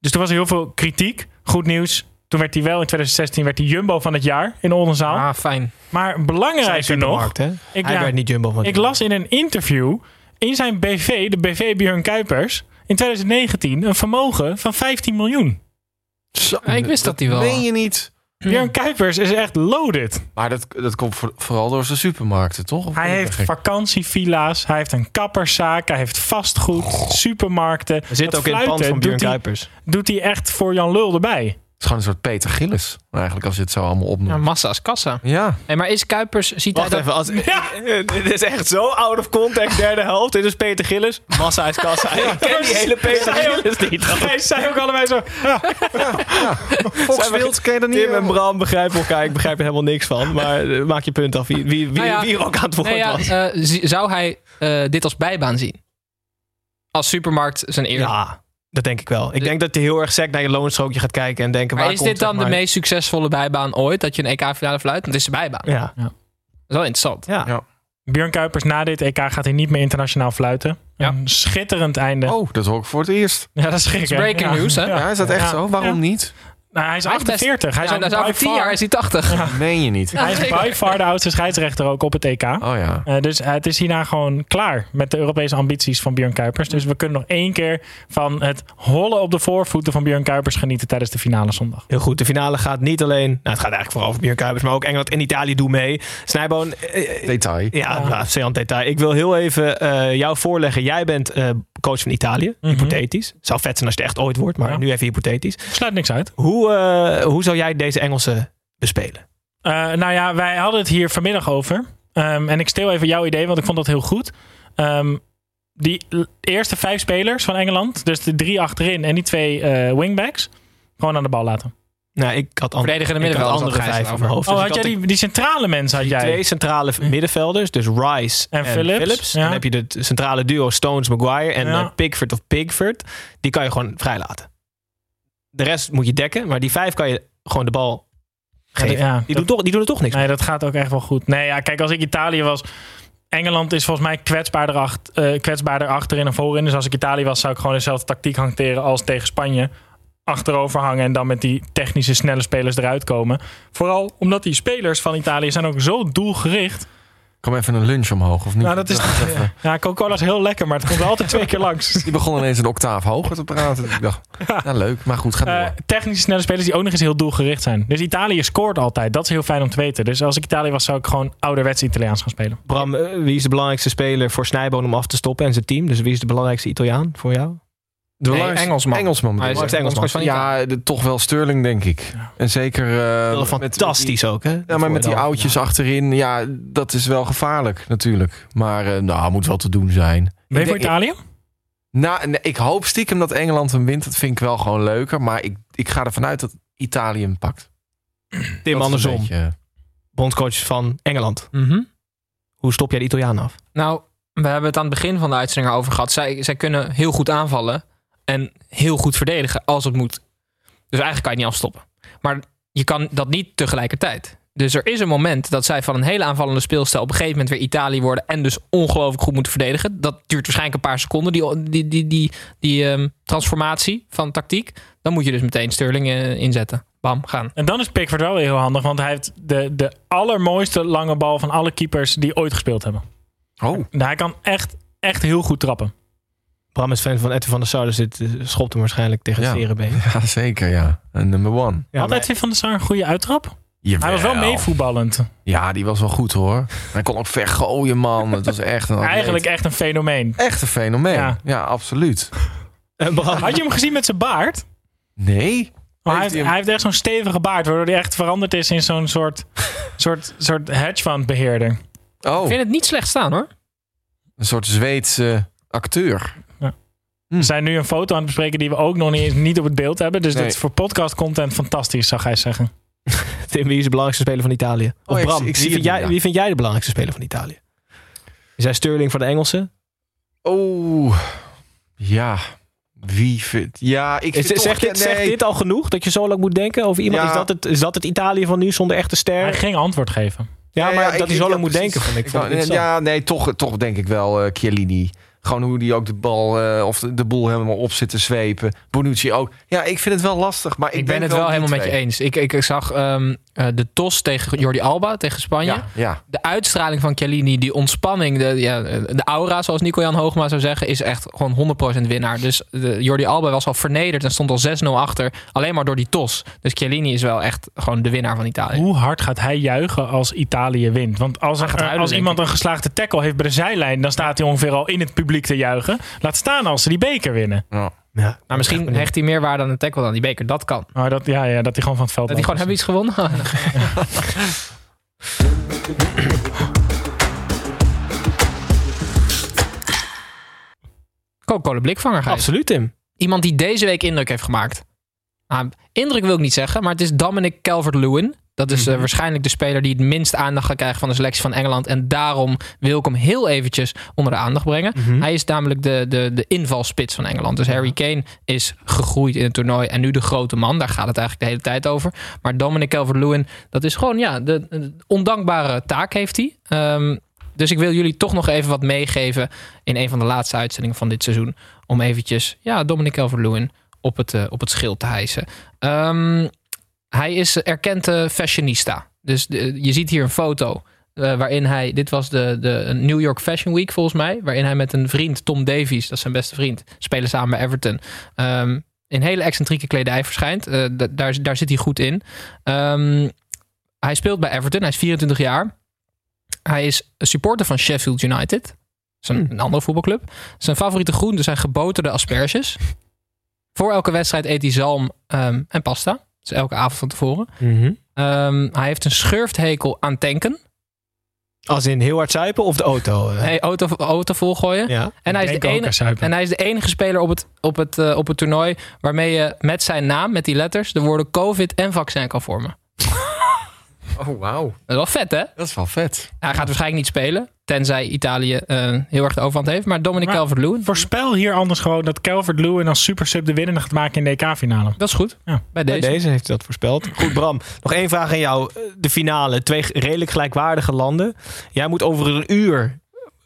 Speaker 6: Dus toen was er heel veel kritiek. Goed nieuws. Toen werd hij wel in 2016 werd hij Jumbo van het jaar in Oldenzaal.
Speaker 7: Ah, fijn.
Speaker 6: Maar belangrijker nog.
Speaker 2: hè?
Speaker 6: Ik,
Speaker 2: Hij
Speaker 6: ja.
Speaker 2: werd niet Jumbo van
Speaker 6: Ik las in een interview in zijn BV, de BV Björn Kuipers, in 2019 een vermogen van 15 miljoen.
Speaker 4: Zo,
Speaker 7: Ja, ik wist dat hij wel-
Speaker 4: Meen je niet?
Speaker 6: Björn Kuipers is echt loaded.
Speaker 4: Maar dat, dat komt voor- vooral door zijn supermarkten, toch? Of ben
Speaker 6: Hij
Speaker 4: ik
Speaker 6: heeft
Speaker 4: gek?
Speaker 6: vakantievilla's, hij heeft een kapperszaak, hij heeft vastgoed, supermarkten.
Speaker 2: Hij zit
Speaker 6: Dat
Speaker 2: ook in het pand
Speaker 6: fluiten
Speaker 2: van Björn
Speaker 6: doet hij,
Speaker 2: Kuipers.
Speaker 6: doet hij echt voor Jan Lul erbij.
Speaker 4: Het is gewoon een soort Peter Gillis, eigenlijk, als je het zo allemaal
Speaker 7: Ja,
Speaker 4: opnoemt.
Speaker 7: massa is kassa.
Speaker 4: Ja.
Speaker 7: Hey, maar is Kuipers, ziet hij
Speaker 2: Wacht
Speaker 7: dat...
Speaker 2: even, als, Eh, dit is echt zo out of context, derde helft. Dit is Peter Gillis, massa is kassa. Ik ken die hele Peter Gillis niet.
Speaker 6: Hij zei ook allebei zo. Ja,
Speaker 4: Foxfield, ken je dat niet?
Speaker 2: Tim en Bram begrijpen elkaar, ik begrijp er helemaal niks van. Maar eh, maak je punt af, wie, wie, wie,
Speaker 7: Nou ja,
Speaker 2: wie er ook aan het woord
Speaker 7: Nee, ja,
Speaker 2: was.
Speaker 7: eh, zi- zou hij eh, dit als bijbaan zien? Als supermarkt zijn eer.
Speaker 2: Ja, dat denk ik wel. Ik denk dat hij heel erg sec naar je loonstrookje gaat kijken en denken...
Speaker 7: maar
Speaker 2: waar
Speaker 7: is
Speaker 2: komt,
Speaker 7: dit dan
Speaker 2: zeg
Speaker 7: de
Speaker 2: maar-
Speaker 7: meest succesvolle bijbaan ooit? Dat je een EK-finale fluit? Want het is de bijbaan. Dat
Speaker 2: Ja.
Speaker 7: is wel interessant.
Speaker 2: Ja.
Speaker 6: Björn Kuipers na dit EK gaat hij niet meer internationaal fluiten.
Speaker 7: Ja.
Speaker 6: Een schitterend einde.
Speaker 4: Oh, dat hoor ik voor het eerst.
Speaker 6: Ja, dat is schrik,
Speaker 7: is breaking
Speaker 6: Ja.
Speaker 7: news, hè?
Speaker 6: Ja.
Speaker 4: Ja, is dat echt
Speaker 6: Ja.
Speaker 4: zo? Waarom
Speaker 6: Ja.
Speaker 4: niet?
Speaker 6: Nou, hij is
Speaker 7: Hij heeft best-
Speaker 6: 48. Hij is
Speaker 7: Ja,
Speaker 6: ook
Speaker 7: dat is
Speaker 6: by
Speaker 7: over tien
Speaker 6: far-
Speaker 7: jaar is hij 80.
Speaker 4: Meen je niet?
Speaker 6: Hij is by far de oudste scheidsrechter ook op het EK.
Speaker 4: Oh ja.
Speaker 6: Eh, dus eh, het is hierna gewoon klaar met de Europese ambities van Björn Kuipers. Dus we kunnen nog één keer van het hollen op de voorvoeten van Björn Kuipers genieten tijdens de finale zondag.
Speaker 2: Heel goed, de finale gaat niet alleen... Nou, het gaat eigenlijk vooral over Björn Kuipers, maar ook Engeland en Italië doen mee. Snijboon, eh, eh,
Speaker 4: Detail.
Speaker 2: ja,
Speaker 6: Oh.
Speaker 2: nou, zeer aan het detail. Ik wil heel even eh, jou voorleggen. Jij bent eh, coach van Italië, hypothetisch. Zou vet zijn als je het echt ooit wordt, maar
Speaker 6: Mhm. Ja.
Speaker 2: nu even hypothetisch.
Speaker 6: Sluit niks uit.
Speaker 2: Hoe, eh, hoe zou jij deze Engelsen bespelen?
Speaker 6: Eh, nou ja, wij hadden het hier vanmiddag over. Ehm, en ik steel even jouw idee, want ik vond dat heel goed. Ehm, die l- eerste vijf spelers van Engeland, dus de drie achterin en die twee eh, wingbacks, gewoon aan de bal laten.
Speaker 2: Nou, ik had andere,
Speaker 7: Verdedigende
Speaker 2: ik had
Speaker 7: middenvelders
Speaker 2: andere
Speaker 7: had Gijs
Speaker 2: vijf
Speaker 7: het
Speaker 2: in mijn
Speaker 7: over.
Speaker 2: hoofd.
Speaker 6: Oh,
Speaker 2: Dus ik
Speaker 6: had jij
Speaker 2: de
Speaker 6: die, die centrale mensen had jij?
Speaker 2: twee centrale middenvelders, dus Rice en,
Speaker 6: En Phillips, ja.
Speaker 2: Dan heb je het centrale duo Stones-Maguire en
Speaker 6: Ja.
Speaker 2: eh, Pickford of Pigford. Die kan je gewoon vrijlaten. De rest moet je dekken, maar die vijf kan je gewoon de bal geven.
Speaker 6: ja,
Speaker 2: die,
Speaker 6: dat-
Speaker 2: doen toch, die doen er toch niks
Speaker 6: Nee, dat gaat ook echt wel goed. Nee, ja, kijk, als ik Italië was. Engeland is volgens mij kwetsbaarder, acht, eh, kwetsbaarder achterin en voorin. Dus als ik Italië was, zou ik gewoon dezelfde tactiek hanteren als tegen Spanje. Achterover hangen en dan met die technische snelle spelers eruit komen. Vooral omdat die spelers van Italië zijn ook zo doelgericht.
Speaker 4: Kom even een lunch omhoog, of niet?
Speaker 6: Nou, dat is. Ja, Coca-Cola is heel lekker, maar het komt altijd twee keer langs.
Speaker 4: Die begon ineens een octaaf hoger te praten. Ik dacht, nou leuk, maar goed, ga door.
Speaker 6: Eh, technische snelle spelers die ook nog eens heel doelgericht zijn. Dus Italië scoort altijd. Dat is heel fijn om te weten. Dus als ik Italië was, zou ik gewoon ouderwets Italiaans gaan spelen.
Speaker 2: Bram, eh, wie is de belangrijkste speler voor Snijboon om af te stoppen en zijn team? Dus wie is de belangrijkste Italiaan voor
Speaker 4: Eh,
Speaker 2: jou?
Speaker 4: de
Speaker 7: nee,
Speaker 4: belangrijkste-
Speaker 7: Engelsman.
Speaker 4: Engelsman.
Speaker 7: Hij is
Speaker 4: bedoel ik.
Speaker 2: echt Engelsman.
Speaker 7: bondscoach van Italië.
Speaker 4: ja, de- toch wel Sterling, denk ik. En zeker... eh,
Speaker 2: Wel
Speaker 4: met- met die-
Speaker 2: Fantastisch ook, hè?
Speaker 4: Ja, maar met die
Speaker 2: Voordat.
Speaker 4: oudjes achterin, ja, dat is wel gevaarlijk natuurlijk. Maar eh, nou, moet wel te doen zijn.
Speaker 6: Ben je voor
Speaker 4: Ik denk-
Speaker 6: Italië?
Speaker 4: Nou, nee, ik hoop stiekem dat Engeland hem wint. Dat vind ik wel gewoon leuker. Maar ik, ik ga ervan uit dat Italië hem pakt.
Speaker 2: Tim
Speaker 4: Dat is een
Speaker 2: Andersom,
Speaker 4: beetje-
Speaker 2: bondscoach van Engeland.
Speaker 7: Mhm.
Speaker 2: Hoe stop jij de Italianen af?
Speaker 7: Nou, we hebben het aan het begin van de uitzending over gehad. Zij, zij kunnen heel goed aanvallen en heel goed verdedigen als het moet. Dus eigenlijk kan je het niet afstoppen. Maar je kan dat niet tegelijkertijd. Dus er is een moment dat zij van een hele aanvallende speelstijl op een gegeven moment weer Italië worden en dus ongelooflijk goed moeten verdedigen. Dat duurt waarschijnlijk een paar seconden, die, die, die, die, die ehm, transformatie van tactiek. Dan moet je dus meteen Sterling eh, inzetten. Bam, gaan.
Speaker 6: En dan is Pickford wel weer heel handig, want hij heeft de, de allermooiste lange bal van alle keepers die ooit gespeeld hebben.
Speaker 4: Oh,
Speaker 6: En Hij kan echt, echt heel goed trappen.
Speaker 2: Bram is fan van Edwin van der Sar, dus dit eh, schopt hem waarschijnlijk tegen het
Speaker 4: Ja.
Speaker 2: zere been.
Speaker 4: ja, zeker ja. En number one.
Speaker 2: Ja,
Speaker 6: Had
Speaker 2: maar-
Speaker 6: Edwin van der Sar een goede uittrap? Hij was wel meevoetballend.
Speaker 4: Ja, die was wel goed hoor. Hij kon ook ver gooien, man. Het was echt een atleet.
Speaker 6: Eigenlijk echt een fenomeen.
Speaker 4: echt een fenomeen.
Speaker 6: Ja.
Speaker 4: Ja, absoluut.
Speaker 2: Eh, Bram,
Speaker 6: Had je hem gezien met zijn baard?
Speaker 4: Nee.
Speaker 6: Maar hij,
Speaker 4: Heeft
Speaker 6: heeft,
Speaker 4: hij hem-
Speaker 6: hij heeft echt zo'n stevige baard, waardoor hij echt veranderd is in zo'n soort, soort, soort hedgefundbeheerder.
Speaker 4: Oh,
Speaker 7: Ik vind het niet slecht staan hoor.
Speaker 4: Een soort Zweedse acteur.
Speaker 6: We zijn nu een foto aan het bespreken die we ook nog niet, niet op het beeld hebben. Dus
Speaker 4: Nee.
Speaker 6: dit is voor podcast content fantastisch, zou hij zeggen.
Speaker 2: Tim, wie is de belangrijkste speler van Italië? Of
Speaker 4: Oh, ik-
Speaker 2: Bram,
Speaker 4: ik
Speaker 2: wie,
Speaker 4: zie
Speaker 2: vind
Speaker 4: het
Speaker 2: jij,
Speaker 4: nu, ja.
Speaker 2: wie vind jij de belangrijkste speler van Italië? Is hij Sterling voor de Engelsen?
Speaker 4: Oh, ja. Wie vindt... Ja, ik
Speaker 2: Is,
Speaker 4: vind
Speaker 2: zegt,
Speaker 4: toch-
Speaker 2: dit,
Speaker 4: nee.
Speaker 2: zegt dit al genoeg dat je zo lang moet denken over iemand?
Speaker 4: Ja.
Speaker 2: Is, dat het, is dat het Italië van nu zonder echte ster?
Speaker 6: Hij ging antwoord geven.
Speaker 2: ja,
Speaker 4: Nee,
Speaker 2: maar
Speaker 4: ik-
Speaker 2: dat hij
Speaker 4: ik-
Speaker 2: zo
Speaker 4: ja,
Speaker 2: lang moet
Speaker 4: precies.
Speaker 2: denken. Vond ik, vond ik
Speaker 4: wou-
Speaker 2: interessant.
Speaker 4: ja, nee, toch, toch denk ik wel eh Chiellini. Gewoon hoe die ook de bal eh, of de, de boel helemaal op zit te zwepen. Bonucci ook. Ja, ik vind het wel lastig. Maar ik,
Speaker 7: Ik, ben
Speaker 4: denk
Speaker 7: het wel
Speaker 4: die
Speaker 7: helemaal met je
Speaker 4: twee.
Speaker 7: eens. Ik, ik, ik zag ehm, eh, de tos tegen Jordi Alba, tegen Spanje.
Speaker 4: Ja, ja.
Speaker 7: De uitstraling van Chiellini, die ontspanning, de, ja, de aura, zoals Nico-Jan Hoogma zou zeggen, is echt gewoon 100% winnaar. Dus de, Jordi Alba was al vernederd en stond al 6-0 achter, alleen maar door die tos. Dus Chiellini is wel echt gewoon de winnaar van Italië.
Speaker 6: Hoe hard gaat hij juichen als Italië wint? Want als, er-
Speaker 7: gaat huilen,
Speaker 6: als
Speaker 7: denk
Speaker 6: iemand
Speaker 7: ik.
Speaker 6: een geslaagde tackle heeft bij de zijlijn, dan staat hij ongeveer al in het publiek te juichen. Laat staan als ze die beker winnen.
Speaker 2: Ja.
Speaker 7: Maar misschien hecht hij meer waarde aan de tackle dan die beker. Dat kan.
Speaker 6: Maar dat, ja, ja, dat hij gewoon van het veld
Speaker 7: Dat hij gewoon
Speaker 6: loopt.
Speaker 7: hebben iets gewonnen. Coca-Cola blikvanger, Gijs.
Speaker 2: Absoluut, Tim.
Speaker 7: Iemand die deze week indruk heeft gemaakt. Nou, indruk wil ik niet zeggen, maar het is Dominic Calvert-Lewin. Dat is eh, waarschijnlijk de speler die het minst aandacht gaat krijgen van de selectie van Engeland. En daarom wil ik hem heel eventjes onder de aandacht brengen. Hij is namelijk de, de, de invalspits van Engeland. Dus Harry Kane is gegroeid in het toernooi en nu de grote man. Daar gaat het eigenlijk de hele tijd over. Maar Dominic Calvert-Lewin, dat is gewoon ja, de, de ondankbare taak heeft hij. Ehm, dus ik wil jullie toch nog even wat meegeven in een van de laatste uitzendingen van dit seizoen. Om eventjes ja, Dominic Calvert-Lewin op het, eh, op het schild te hijsen. Ehm, hij is erkend eh, fashionista. Dus de- je ziet hier een foto eh, waarin hij... Dit was de, de New York Fashion Week volgens mij. Waarin hij met een vriend, Tom Davies, dat is zijn beste vriend... spelen samen bij Everton. ehm, in hele excentrieke kledij verschijnt. Eh, da- daar, daar zit hij goed in. Ehm, hij speelt bij Everton. Hij is 24 jaar. Hij is een supporter van Sheffield United. Dat is een, een andere voetbalclub. Zijn favoriete groenten zijn geboterde asperges. Voor elke wedstrijd eet hij zalm ehm, en pasta. Dus elke avond van tevoren. Ehm, hij heeft een schurfthekel aan tanken.
Speaker 2: Als in heel hard zuipen of de auto? eh?
Speaker 7: Hey, auto, auto volgooien.
Speaker 2: Ja.
Speaker 7: En hij, is
Speaker 6: Denk
Speaker 7: de
Speaker 6: ook
Speaker 7: enige,
Speaker 6: aan zuipen.
Speaker 7: en hij is de enige speler op het, op, het, eh, op het toernooi waarmee je met zijn naam, met die letters, de woorden COVID en vaccin kan vormen.
Speaker 4: Oh, wauw.
Speaker 7: Dat is wel vet, hè?
Speaker 4: Dat is wel vet.
Speaker 7: Hij gaat waarschijnlijk niet spelen, tenzij Italië eh, heel erg de overhand heeft. Maar Dominic
Speaker 6: Maar-
Speaker 7: Calvert-Lewin,
Speaker 6: Voorspel hier anders gewoon dat Calvert-Lewin als supersub de winnende gaat maken in de E EK-finale.
Speaker 7: dat is goed.
Speaker 6: Ja.
Speaker 7: Bij
Speaker 2: Bij
Speaker 7: deze.
Speaker 2: Deze. heeft hij dat voorspeld. Goed, Bram. Nog één vraag aan jou. De finale. Twee redelijk gelijkwaardige landen. Jij moet over een uur...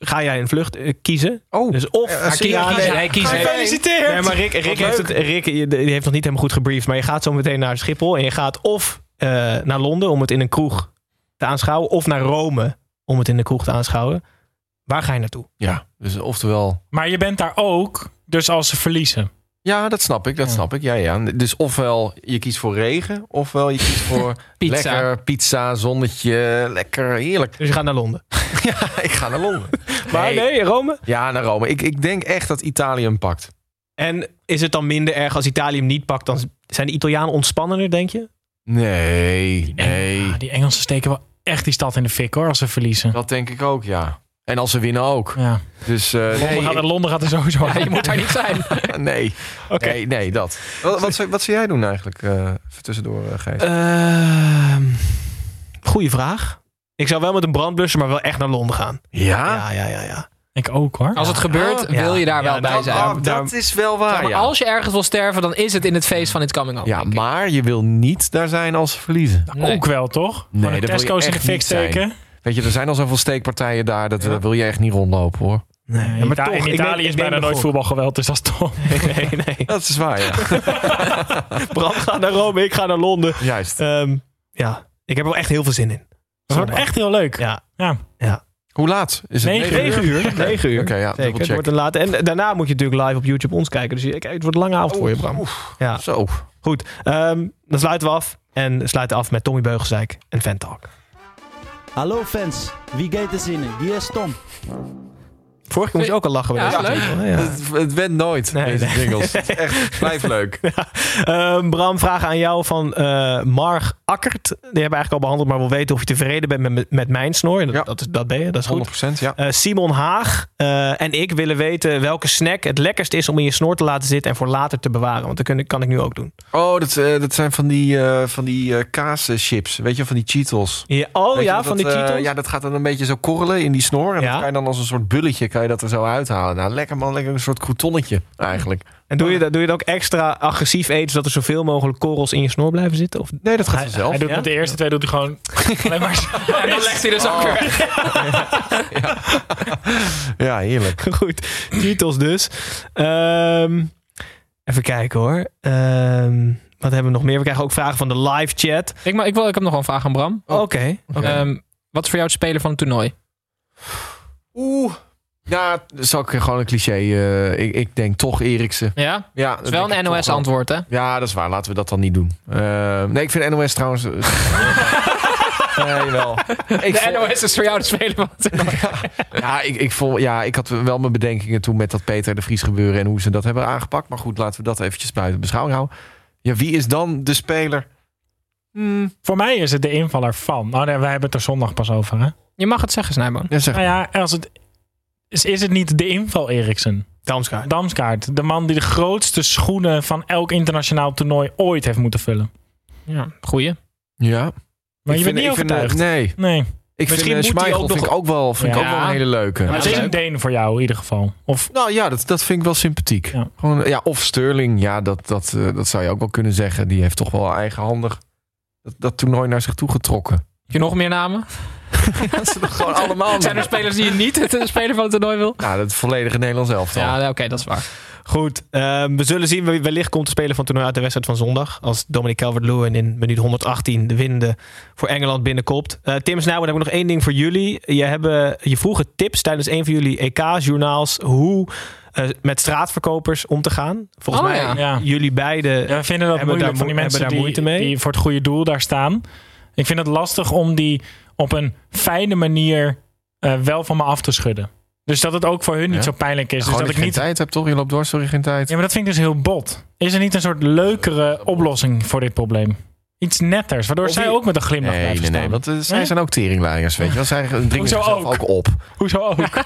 Speaker 2: Ga jij een vlucht eh, kiezen?
Speaker 4: Oh,
Speaker 2: Dus of...
Speaker 4: Eh, eh,
Speaker 2: Kies-
Speaker 4: ja,
Speaker 2: nee,
Speaker 4: nee.
Speaker 7: hij kiest
Speaker 2: nee.
Speaker 6: Gefeliciteerd!
Speaker 2: Nee, maar Rick, Rick, heeft, het,
Speaker 4: leuk.
Speaker 2: Rick die heeft nog niet helemaal goed gebriefd. Maar je gaat zo meteen naar Schiphol. En je gaat of eh, naar Londen om het in een kroeg te aanschouwen. Of naar Rome om het in de kroeg te aanschouwen. Waar ga je naartoe?
Speaker 4: Ja, dus oftewel...
Speaker 6: Maar je bent daar ook, dus als ze verliezen.
Speaker 4: Ja, dat snap ik, dat
Speaker 6: Ja.
Speaker 4: snap ik. Ja, ja. Dus ofwel je kiest voor regen, ofwel je kiest voor
Speaker 7: Pizza.
Speaker 4: lekker pizza, zonnetje, lekker, heerlijk.
Speaker 2: Dus je gaat naar Londen.
Speaker 4: Ja, ik ga naar Londen.
Speaker 2: Maar nee, Rome.
Speaker 4: Ja, naar Rome. Ik, ik denk echt dat Italië hem pakt.
Speaker 2: En is het dan minder erg als Italië hem niet pakt? Dan zijn de Italianen ontspannender, denk je?
Speaker 4: Nee, nee.
Speaker 6: Ah, die Engelsen steken wel echt die stad in de fik hoor, als ze verliezen.
Speaker 4: Dat denk ik ook, ja. En als ze winnen ook.
Speaker 6: Ja.
Speaker 4: Dus eh, nee,
Speaker 6: Londen, gaat, Londen gaat er sowieso
Speaker 7: Ja,
Speaker 6: uit.
Speaker 7: je moet daar niet zijn.
Speaker 4: ik- nee. nee, nee, dat. Wat, wat, zou- wat zou jij doen eigenlijk, eh even tussendoor, eh, Gijs?
Speaker 2: Ehm goeie vraag. Ik zou wel met een brandblusser, maar wel echt naar Londen gaan.
Speaker 4: ja?
Speaker 2: Ja, ja, ja, ja.
Speaker 6: Ik ook hoor.
Speaker 7: Als het gebeurt,
Speaker 2: Ja.
Speaker 7: wil je daar
Speaker 2: Ja,
Speaker 7: wel bij
Speaker 2: dat-
Speaker 7: zijn.
Speaker 4: Ah, dat is wel waar,
Speaker 7: maar
Speaker 4: ja.
Speaker 7: als je ergens wil sterven, dan is het in het feest van It's Coming Home.
Speaker 4: Ja, maar je wil niet daar zijn als ze verliezen.
Speaker 7: Nee.
Speaker 6: Ook wel toch?
Speaker 4: Nee,
Speaker 6: Gewoon een
Speaker 4: dat wil je
Speaker 6: Tesco's in de
Speaker 4: echt
Speaker 6: fik
Speaker 4: niet zijn.
Speaker 6: steken.
Speaker 4: Weet je, er zijn al zoveel steekpartijen daar, dat eh, wil je echt niet rondlopen, hoor.
Speaker 2: Nee,
Speaker 6: Ja, maar
Speaker 2: ik
Speaker 6: in Italië
Speaker 2: neem- ik
Speaker 6: is
Speaker 2: neem
Speaker 6: bijna
Speaker 2: de
Speaker 6: nooit
Speaker 2: gok.
Speaker 6: voetbalgeweld, dus dat is toch.
Speaker 2: Nee, nee.
Speaker 4: Dat is waar, ja.
Speaker 2: Bram gaat naar Rome, ik ga naar Londen.
Speaker 4: Juist.
Speaker 2: Ehm, ja, ik heb er wel echt heel veel zin in.
Speaker 6: Dat wordt echt heel leuk.
Speaker 2: Ja.
Speaker 6: Ja.
Speaker 4: Hoe laat? Is het
Speaker 6: Negen
Speaker 4: 9
Speaker 2: 9 uur. 9 uur.
Speaker 4: Oké, ja,
Speaker 2: Zeker, het
Speaker 4: dubbelcheck.
Speaker 2: wordt een late. En daarna moet je natuurlijk live op YouTube ons kijken. Dus je- kijk, het wordt een lange avond voor je, Bram.
Speaker 4: Oef,
Speaker 2: Ja.
Speaker 4: Zo.
Speaker 2: Goed, ehm, dan sluiten we af. En sluiten af met Tommy Beugelsdijk en Fan Talk.
Speaker 12: Hallo fans, wie gaat er zinnen? Hier is Tom.
Speaker 2: Vorige keer moest je ook al lachen. bij
Speaker 7: Ja,
Speaker 2: deze
Speaker 7: leuk.
Speaker 2: jingle, hè? Ja.
Speaker 4: Het, het went nooit,
Speaker 2: Nee,
Speaker 4: deze
Speaker 2: nee.
Speaker 4: jingles. Het is Echt, blijf leuk.
Speaker 2: Ehm, Bram, vraag aan jou van eh Marg Akkert. Die hebben we eigenlijk al behandeld, maar wil weten of je tevreden bent met, met mijn snor. En Dat, dat, is- dat ben je, dat is goed.
Speaker 4: 100%, ja.
Speaker 2: Eh, Simon Haag eh, en ik willen weten welke snack het lekkerst is om in je snor te laten zitten en voor later te bewaren. Want dat kun, kan ik nu ook doen.
Speaker 4: Oh, dat, eh, dat zijn van die, eh, van die eh, kaaschips. Weet je, wel, van die Cheetos.
Speaker 2: Ja, oh
Speaker 4: Weet je
Speaker 2: ja,
Speaker 4: wel,
Speaker 2: van
Speaker 4: dat,
Speaker 2: die
Speaker 4: eh,
Speaker 2: Cheetos?
Speaker 4: ja, dat gaat dan een beetje zo korrelen in die snor. En
Speaker 2: Ja.
Speaker 4: dat kan je dan als een soort bulletje kan je dat er zo uithalen. Nou, lekker man, lekker een soort croutonnetje eigenlijk.
Speaker 2: En doe je, dat, doe je dat ook extra agressief eten, zodat er zoveel mogelijk korrels in je snor blijven zitten? Of,
Speaker 4: Nee, dat gaat
Speaker 6: Hij,
Speaker 4: vanzelf.
Speaker 6: hij doet
Speaker 2: Ja?
Speaker 6: met de eerste twee doet hij gewoon alleen maar...
Speaker 7: En dan legt hij dus ook weer weg.
Speaker 4: Ja, heerlijk.
Speaker 2: Goed, Cheetos dus. Ehm, even kijken hoor. Ehm, wat hebben we nog meer? We krijgen ook vragen van de live chat.
Speaker 7: Ik, maar, ik, wil, ik heb nog wel een vraag aan Bram.
Speaker 2: Oké.
Speaker 7: Ehm, wat is voor jou het speler van het toernooi?
Speaker 4: Oeh. Ja, zal ik gewoon een cliché. eh, ik, ik denk toch Eriksen.
Speaker 7: Ja? Het
Speaker 4: Ja,
Speaker 7: is wel een NOS-antwoord, hè?
Speaker 4: Ja, dat is waar. Laten we dat dan niet doen. Eh, nee, ik vind NOS trouwens. eh, nee, wel.
Speaker 7: De
Speaker 4: Ik vond-
Speaker 7: NOS is voor jou de speler van het toernooi.
Speaker 4: Ja ik, ik vond, ja, ik had wel mijn bedenkingen toen met dat Peter de Vries gebeuren en hoe ze dat hebben aangepakt. Maar goed, laten we dat eventjes buiten beschouwing houden. Ja, wie is dan de speler?
Speaker 6: Voor mij is het de invaller van. Oh nee, wij hebben het er zondag pas over. Hè?
Speaker 7: Je mag het zeggen, Snijboon.
Speaker 4: Ja, zeg.
Speaker 6: Nou ja, als het, is, is het niet de inval Eriksen?
Speaker 2: Damsgaard.
Speaker 6: Damskaart. De man die de grootste schoenen van elk internationaal toernooi ooit heeft moeten vullen.
Speaker 7: Ja, goeie.
Speaker 4: Ja.
Speaker 6: Maar
Speaker 4: Ik
Speaker 6: je
Speaker 4: vind-
Speaker 6: bent niet
Speaker 4: ik vind, eh,
Speaker 6: overtuigd.
Speaker 4: nee.
Speaker 6: nee.
Speaker 4: Ik
Speaker 2: Misschien
Speaker 4: vind,
Speaker 2: moet hij
Speaker 4: eh, Schmeichel
Speaker 2: ook
Speaker 4: vind
Speaker 2: nog-
Speaker 4: ik ook wel, vind ik ook
Speaker 6: Ja.
Speaker 4: wel een hele leuke.
Speaker 6: Maar het is
Speaker 7: leuk.
Speaker 6: een Deen voor jou in ieder geval. Of
Speaker 4: Nou ja, dat, dat vind ik wel sympathiek.
Speaker 6: Ja.
Speaker 4: Gewoon, ja, of Sterling, ja, dat, dat, eh, dat zou je ook wel kunnen zeggen. Die heeft toch wel eigenhandig dat, dat toernooi naar zich toe getrokken.
Speaker 7: Heb je nog meer namen?
Speaker 4: dat ze dat gewoon allemaal
Speaker 7: Zijn er spelers die je niet het speler van het toernooi wil?
Speaker 4: Nou, dat volledige Nederlands elftal.
Speaker 7: Ja, dus oké, dat is waar.
Speaker 2: Goed, ehm, we zullen zien. Wellicht komt de speler van het toernooi uit de wedstrijd van zondag. Als Dominic Calvert-Lewin in minuut 118 de winnende voor Engeland binnenkomt. Eh, Tim Snijboon, heb ik nog één ding voor jullie. Je, hebben, je vroegen tips tijdens een van jullie EK-journaals hoe eh, met straatverkopers om te gaan. Volgens
Speaker 7: Oh,
Speaker 2: mij
Speaker 7: ja.
Speaker 6: Ja.
Speaker 2: jullie beiden...
Speaker 6: Ja, we vinden dat
Speaker 2: Hebben
Speaker 6: moeilijk
Speaker 2: daar
Speaker 6: van die
Speaker 2: moe- hebben
Speaker 6: mensen
Speaker 2: daar
Speaker 6: die,
Speaker 2: moeite mee?
Speaker 6: die voor het goede doel daar staan. Ik vind het lastig om die op een fijne manier eh, wel van me af te schudden. Dus dat het ook voor hun
Speaker 4: Ja.
Speaker 6: niet zo pijnlijk is. Dus
Speaker 4: Gewoon
Speaker 6: dat
Speaker 4: dat
Speaker 6: ik
Speaker 4: geen
Speaker 6: niet...
Speaker 4: tijd heb, toch? Je loopt door, sorry, geen tijd.
Speaker 6: Ja, maar dat vind ik dus heel bot. Is er niet een soort leukere oplossing voor dit probleem? Iets netters, waardoor
Speaker 4: Of
Speaker 6: zij
Speaker 4: die-
Speaker 6: ook met een glimlach
Speaker 4: Nee,
Speaker 6: blijven
Speaker 4: nee, nee.
Speaker 6: staan.
Speaker 4: Want eh, zij
Speaker 6: Nee?
Speaker 4: zijn ook teringleiers, weet je wel. Zij drinken
Speaker 6: Hoezo
Speaker 4: zichzelf ook?
Speaker 6: ook?
Speaker 4: op.
Speaker 6: Hoezo ook?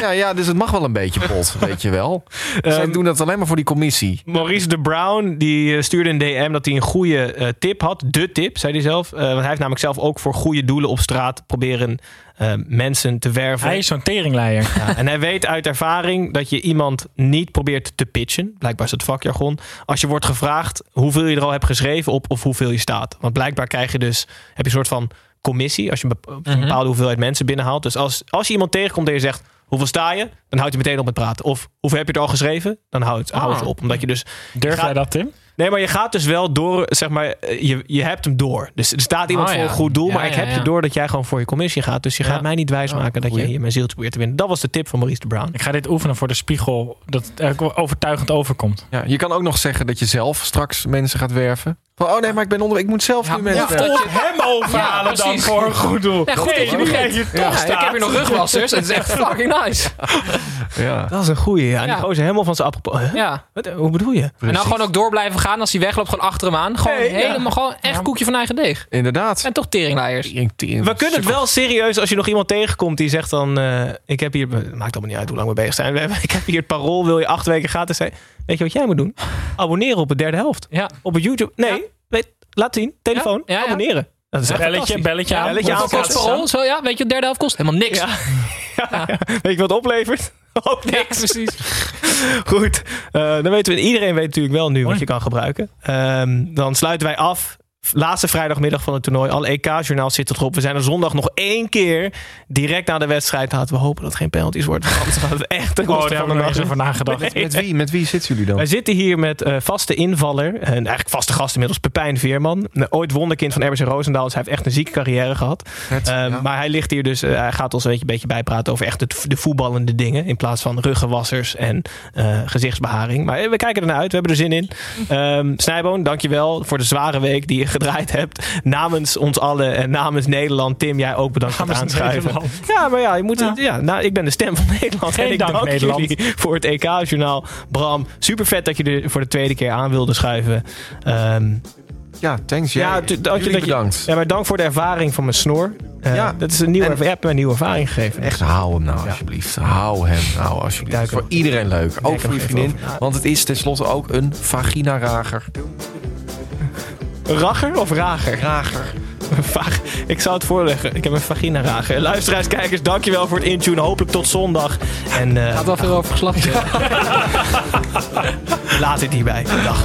Speaker 4: Ja, ja, dus het mag wel een beetje pot, weet je wel. Zij
Speaker 2: Ehm,
Speaker 4: doen dat alleen maar voor die commissie.
Speaker 2: Maurice de Brown die eh, stuurde een DM dat hij een goede eh, tip had. De tip, zei hij zelf. Eh, want hij heeft namelijk zelf ook voor goede doelen op straat proberen eh, mensen te werven.
Speaker 6: Hij is zo'n teringleier.
Speaker 2: Ja, en hij weet uit ervaring dat je iemand niet probeert te pitchen. Blijkbaar is het vakjargon. Als je wordt gevraagd hoeveel je er al hebt geschreven op of hoeveel je staat. Want blijkbaar krijg je dus, heb je een soort van commissie als je een bepa-
Speaker 6: Mhm.
Speaker 2: een bepaalde hoeveelheid mensen binnenhaalt. Dus als, als je iemand tegenkomt en je zegt hoeveel sta je, dan houdt hij meteen op met praten. Of hoeveel heb je er al geschreven, dan houdt houdt
Speaker 6: Ah.
Speaker 2: ze op. Omdat je dus
Speaker 6: Durf
Speaker 2: Ga-
Speaker 6: jij dat, Tim?
Speaker 2: Nee, maar je gaat dus wel door, zeg maar, eh, je, je hebt hem door. Dus er staat iemand
Speaker 7: Oh,
Speaker 2: voor
Speaker 7: ja.
Speaker 2: een goed doel,
Speaker 7: Ja,
Speaker 2: maar ik
Speaker 7: ja,
Speaker 2: heb je
Speaker 7: ja.
Speaker 2: door dat jij gewoon voor je commissie gaat. Dus je
Speaker 7: Ja.
Speaker 2: gaat mij niet wijsmaken dat
Speaker 4: goeie.
Speaker 2: jij hier mijn zieltje probeert te winnen. Dat was de tip van Maurice de Brown.
Speaker 6: Ik ga dit oefenen voor de spiegel, dat het eigenlijk overtuigend overkomt.
Speaker 4: Ja, je kan ook nog zeggen dat je zelf straks mensen gaat werven. Van, oh nee, maar ik ben onder... Ik moet zelf
Speaker 7: Ja,
Speaker 4: nu mensen
Speaker 7: of
Speaker 4: werven.
Speaker 7: dat
Speaker 6: Of
Speaker 7: je-
Speaker 6: hem overhalen
Speaker 7: Ja,
Speaker 6: dan
Speaker 7: precies.
Speaker 6: voor een goed doel.
Speaker 7: Ja, goed dat je
Speaker 6: nu
Speaker 7: begint.
Speaker 6: krijg je toch
Speaker 7: Ja, ik
Speaker 6: staat.
Speaker 7: heb hier nog rugwassers. Het is echt fucking nice.
Speaker 4: Ja,
Speaker 2: Dat is een goeie, ja. Die
Speaker 7: Ja.
Speaker 2: gozer helemaal van zijn apropos. Huh?
Speaker 7: Ja.
Speaker 2: Wat, eh, hoe bedoel je?
Speaker 7: En dan gewoon ook door blijven gaan als hij wegloopt, gewoon achter hem aan. Gewoon
Speaker 2: Nee, ja.
Speaker 7: helemaal, gewoon echt koekje van eigen deeg.
Speaker 4: inderdaad.
Speaker 7: En toch teringleiers.
Speaker 2: We kunnen het wel serieus als je nog iemand tegenkomt die zegt dan... eh, ik heb hier... Maakt allemaal niet uit hoe lang we bezig zijn. We hebben- Ik heb hier het parool, wil je acht weken gratis zijn? Weet je wat jij moet doen? Abonneren op de derde helft.
Speaker 7: Ja.
Speaker 2: Op het YouTube. Nee, weet- laat zien. Telefoon.
Speaker 7: Ja, ja, ja.
Speaker 2: Abonneren. Dat is echt
Speaker 6: Belletje,
Speaker 2: fantastisch.
Speaker 6: belletje aan.
Speaker 2: Belletje aan,
Speaker 7: Kost
Speaker 2: aanpassen.
Speaker 7: parool, zo ja. Weet je wat derde helft kost? Helemaal niks.
Speaker 2: Ja. Weet je wat het oplevert? Ook
Speaker 7: Ja,
Speaker 2: niks.
Speaker 7: precies.
Speaker 2: Goed. Eh, dan weten we, iedereen weet natuurlijk wel nu wat je kan gebruiken. Ehm, dan sluiten wij af. Laatste vrijdagmiddag van het toernooi. Alle EK-journaals zitten erop. We zijn er zondag nog één keer. Direct na de wedstrijd. Laten we hopen dat het geen penalties wordt. want Anders gaat het echt de
Speaker 6: Oh,
Speaker 2: kosten
Speaker 6: daar
Speaker 2: van de
Speaker 6: hebben we nog
Speaker 2: nacht.
Speaker 6: eens over nagedacht.
Speaker 4: Met wie, met wie zitten jullie
Speaker 2: Wij
Speaker 4: dan?
Speaker 2: zitten hier met eh, vaste invaller. En eigenlijk vaste gast inmiddels. Pepijn Veerman. Nou, Ooit wonderkind van RBC Roosendaal. Dus hij heeft echt een zieke carrière gehad.
Speaker 4: Het,
Speaker 2: Uh,
Speaker 4: ja.
Speaker 2: Maar hij ligt hier dus, eh, hij gaat ons een beetje- beetje bijpraten over echt het, de voetballende dingen. In plaats van ruggenwassers en eh, gezichtsbeharing. Maar eh, we kijken ernaar uit, we hebben er zin in. Ehm Snijboon, dankjewel voor de zware week die je gedraaid hebt. Namens ons allen en namens Nederland. Tim, jij ook bedankt voor het
Speaker 6: Namens
Speaker 2: aanschuiven.
Speaker 6: Nederland.
Speaker 2: Ja, maar ja, je moet, ja. nou, ik ben de stem van Nederland.
Speaker 6: Geen
Speaker 2: en ik
Speaker 6: dank,
Speaker 2: dank
Speaker 6: Nederland.
Speaker 2: jullie voor het E EK-journaal. Bram, super vet dat je er voor de tweede keer aan wilde schuiven. Ehm,
Speaker 4: Ja, thanks. Jij.
Speaker 2: Ja, tu- dat je-
Speaker 4: Jullie
Speaker 2: dat je-
Speaker 4: bedankt.
Speaker 2: ja, maar dank voor de ervaring van mijn snor. Eh,
Speaker 4: Ja.
Speaker 2: Dat is een nieuwe,
Speaker 4: En-
Speaker 2: erva- je hebt me een nieuwe ervaring gegeven.
Speaker 4: Echt, hou hem nou alsjeblieft. Hou hem nou alsjeblieft.
Speaker 2: duik
Speaker 4: Voor
Speaker 2: hem.
Speaker 4: iedereen leuk. Ook
Speaker 2: hem
Speaker 4: voor je
Speaker 2: even
Speaker 4: vriendin. Want het is tenslotte ook een vaginarager.
Speaker 2: Rager of rager?
Speaker 4: Rager.
Speaker 2: Vag- Ik zou het voorleggen. Ik heb een vagina rager. Luisteraars, kijkers, dankjewel voor het intune. Hopelijk tot zondag. En eh,
Speaker 7: Gaat wel veel over geslacht. hè?
Speaker 2: laat dit hierbij. Dag.